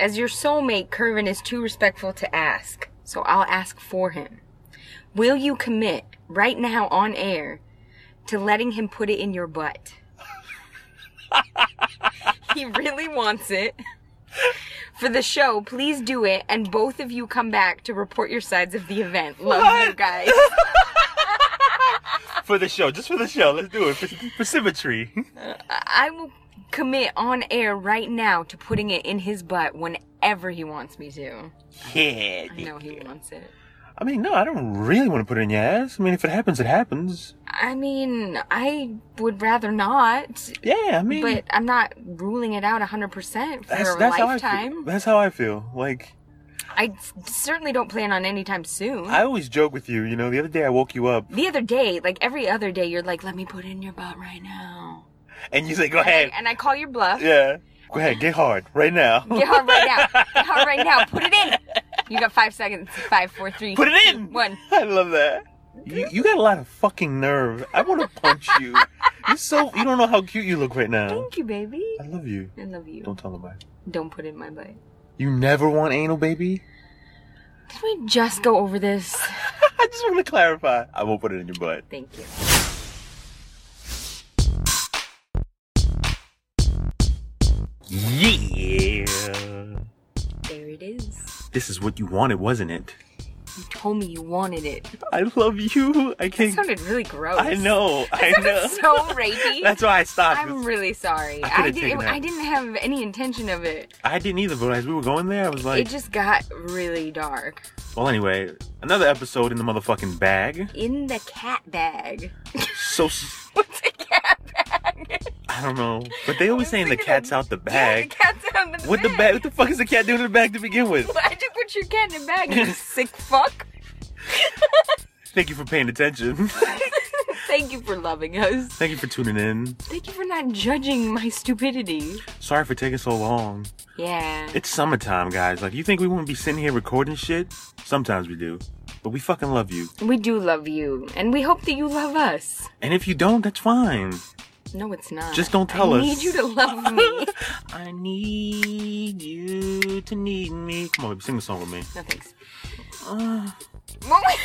[SPEAKER 7] as your soulmate, Curvin is too respectful to ask, so I'll ask for him. Will you commit right now on air to letting him put it in your butt? he really wants it. For the show, please do it, and both of you come back to report your sides of the event. Love you guys.
[SPEAKER 6] For the show, just for the show, let's do it for, for symmetry.
[SPEAKER 7] I will commit on air right now to putting it in his butt whenever he wants me to.
[SPEAKER 6] yeah.
[SPEAKER 7] I know he wants it.
[SPEAKER 6] I mean, no, I don't really want to put it in your ass. I mean, if it happens, it happens.
[SPEAKER 7] I mean, I would rather not,
[SPEAKER 6] Yeah, I mean,
[SPEAKER 7] but I'm not ruling it out 100% for
[SPEAKER 6] that's
[SPEAKER 7] a
[SPEAKER 6] that's how I feel.
[SPEAKER 7] lifetime.
[SPEAKER 6] That's how I feel. Like.
[SPEAKER 7] I s- certainly don't plan on anytime soon.
[SPEAKER 6] I always joke with you, you know, the other day I woke you up
[SPEAKER 7] the other day, like every other day, you're like, let me put it in your butt right now.
[SPEAKER 6] and you say, go
[SPEAKER 7] And I,
[SPEAKER 6] ahead.
[SPEAKER 7] and I call your bluff.
[SPEAKER 6] Yeah. Go ahead, get hard right now.
[SPEAKER 7] Get hard right now. Get hard right now. Put it in. You got five seconds. Five, four, three.
[SPEAKER 6] Put it
[SPEAKER 7] two,
[SPEAKER 6] in.
[SPEAKER 7] One.
[SPEAKER 6] I love that. You, you got a lot of fucking nerve. I want to punch you. You're so you don't know how cute you look right now.
[SPEAKER 7] Thank you, baby.
[SPEAKER 6] I love you.
[SPEAKER 7] I love you.
[SPEAKER 6] Don't tell nobody.
[SPEAKER 7] Don't put it in my butt.
[SPEAKER 6] You never want anal, baby.
[SPEAKER 7] Did we just go over this?
[SPEAKER 6] I just want to clarify. I won't put it in your butt.
[SPEAKER 7] Thank you.
[SPEAKER 6] Yeah.
[SPEAKER 7] There it is.
[SPEAKER 6] This is what you wanted, wasn't it?
[SPEAKER 7] You told me you wanted it.
[SPEAKER 6] I love you. I
[SPEAKER 7] That
[SPEAKER 6] can't.
[SPEAKER 7] sounded really gross.
[SPEAKER 6] I know. I know.
[SPEAKER 7] That sounded so rapey.
[SPEAKER 6] That's why I stopped.
[SPEAKER 7] I'm really sorry.
[SPEAKER 6] I
[SPEAKER 7] I,
[SPEAKER 6] could've taken
[SPEAKER 7] didn't.
[SPEAKER 6] that.
[SPEAKER 7] I didn't have any intention of it.
[SPEAKER 6] I didn't either, but as we were going there, I was like,
[SPEAKER 7] it just got really dark.
[SPEAKER 6] well, anyway, another episode in the motherfucking bag.
[SPEAKER 7] In the cat bag.
[SPEAKER 6] So.
[SPEAKER 7] What's a cat bag?
[SPEAKER 6] I don't know. But they always saying the cat's out the
[SPEAKER 7] Yeah, the
[SPEAKER 6] bag.
[SPEAKER 7] cat's out of the
[SPEAKER 6] What the bag? What the fuck is the cat doing in the bag to begin with?
[SPEAKER 7] Why'd you put your cat in a bag? You sick fuck.
[SPEAKER 6] Thank you for paying attention.
[SPEAKER 7] Thank you for loving us.
[SPEAKER 6] Thank you for tuning in.
[SPEAKER 7] Thank you for not judging my stupidity.
[SPEAKER 6] Sorry for taking so long.
[SPEAKER 7] Yeah.
[SPEAKER 6] It's summertime, guys. Like, you think we wouldn't be sitting here recording shit? Sometimes we do. But we fucking love you.
[SPEAKER 7] We do love you, and we hope that you love us.
[SPEAKER 6] And if you don't, that's fine.
[SPEAKER 7] No, it's not.
[SPEAKER 6] Just don't tell
[SPEAKER 7] I
[SPEAKER 6] us.
[SPEAKER 7] need you to love me.
[SPEAKER 6] I need you to need me. Come on, baby, sing a song with me.
[SPEAKER 7] no thanks.
[SPEAKER 6] Uh.
[SPEAKER 7] What was-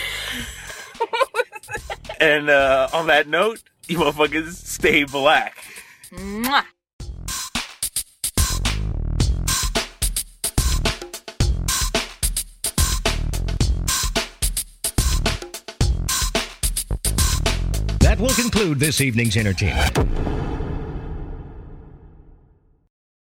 [SPEAKER 7] what was that?
[SPEAKER 6] And uh, on that note, you motherfuckers stay black.
[SPEAKER 7] Mwah.
[SPEAKER 12] That will conclude this evening's entertainment.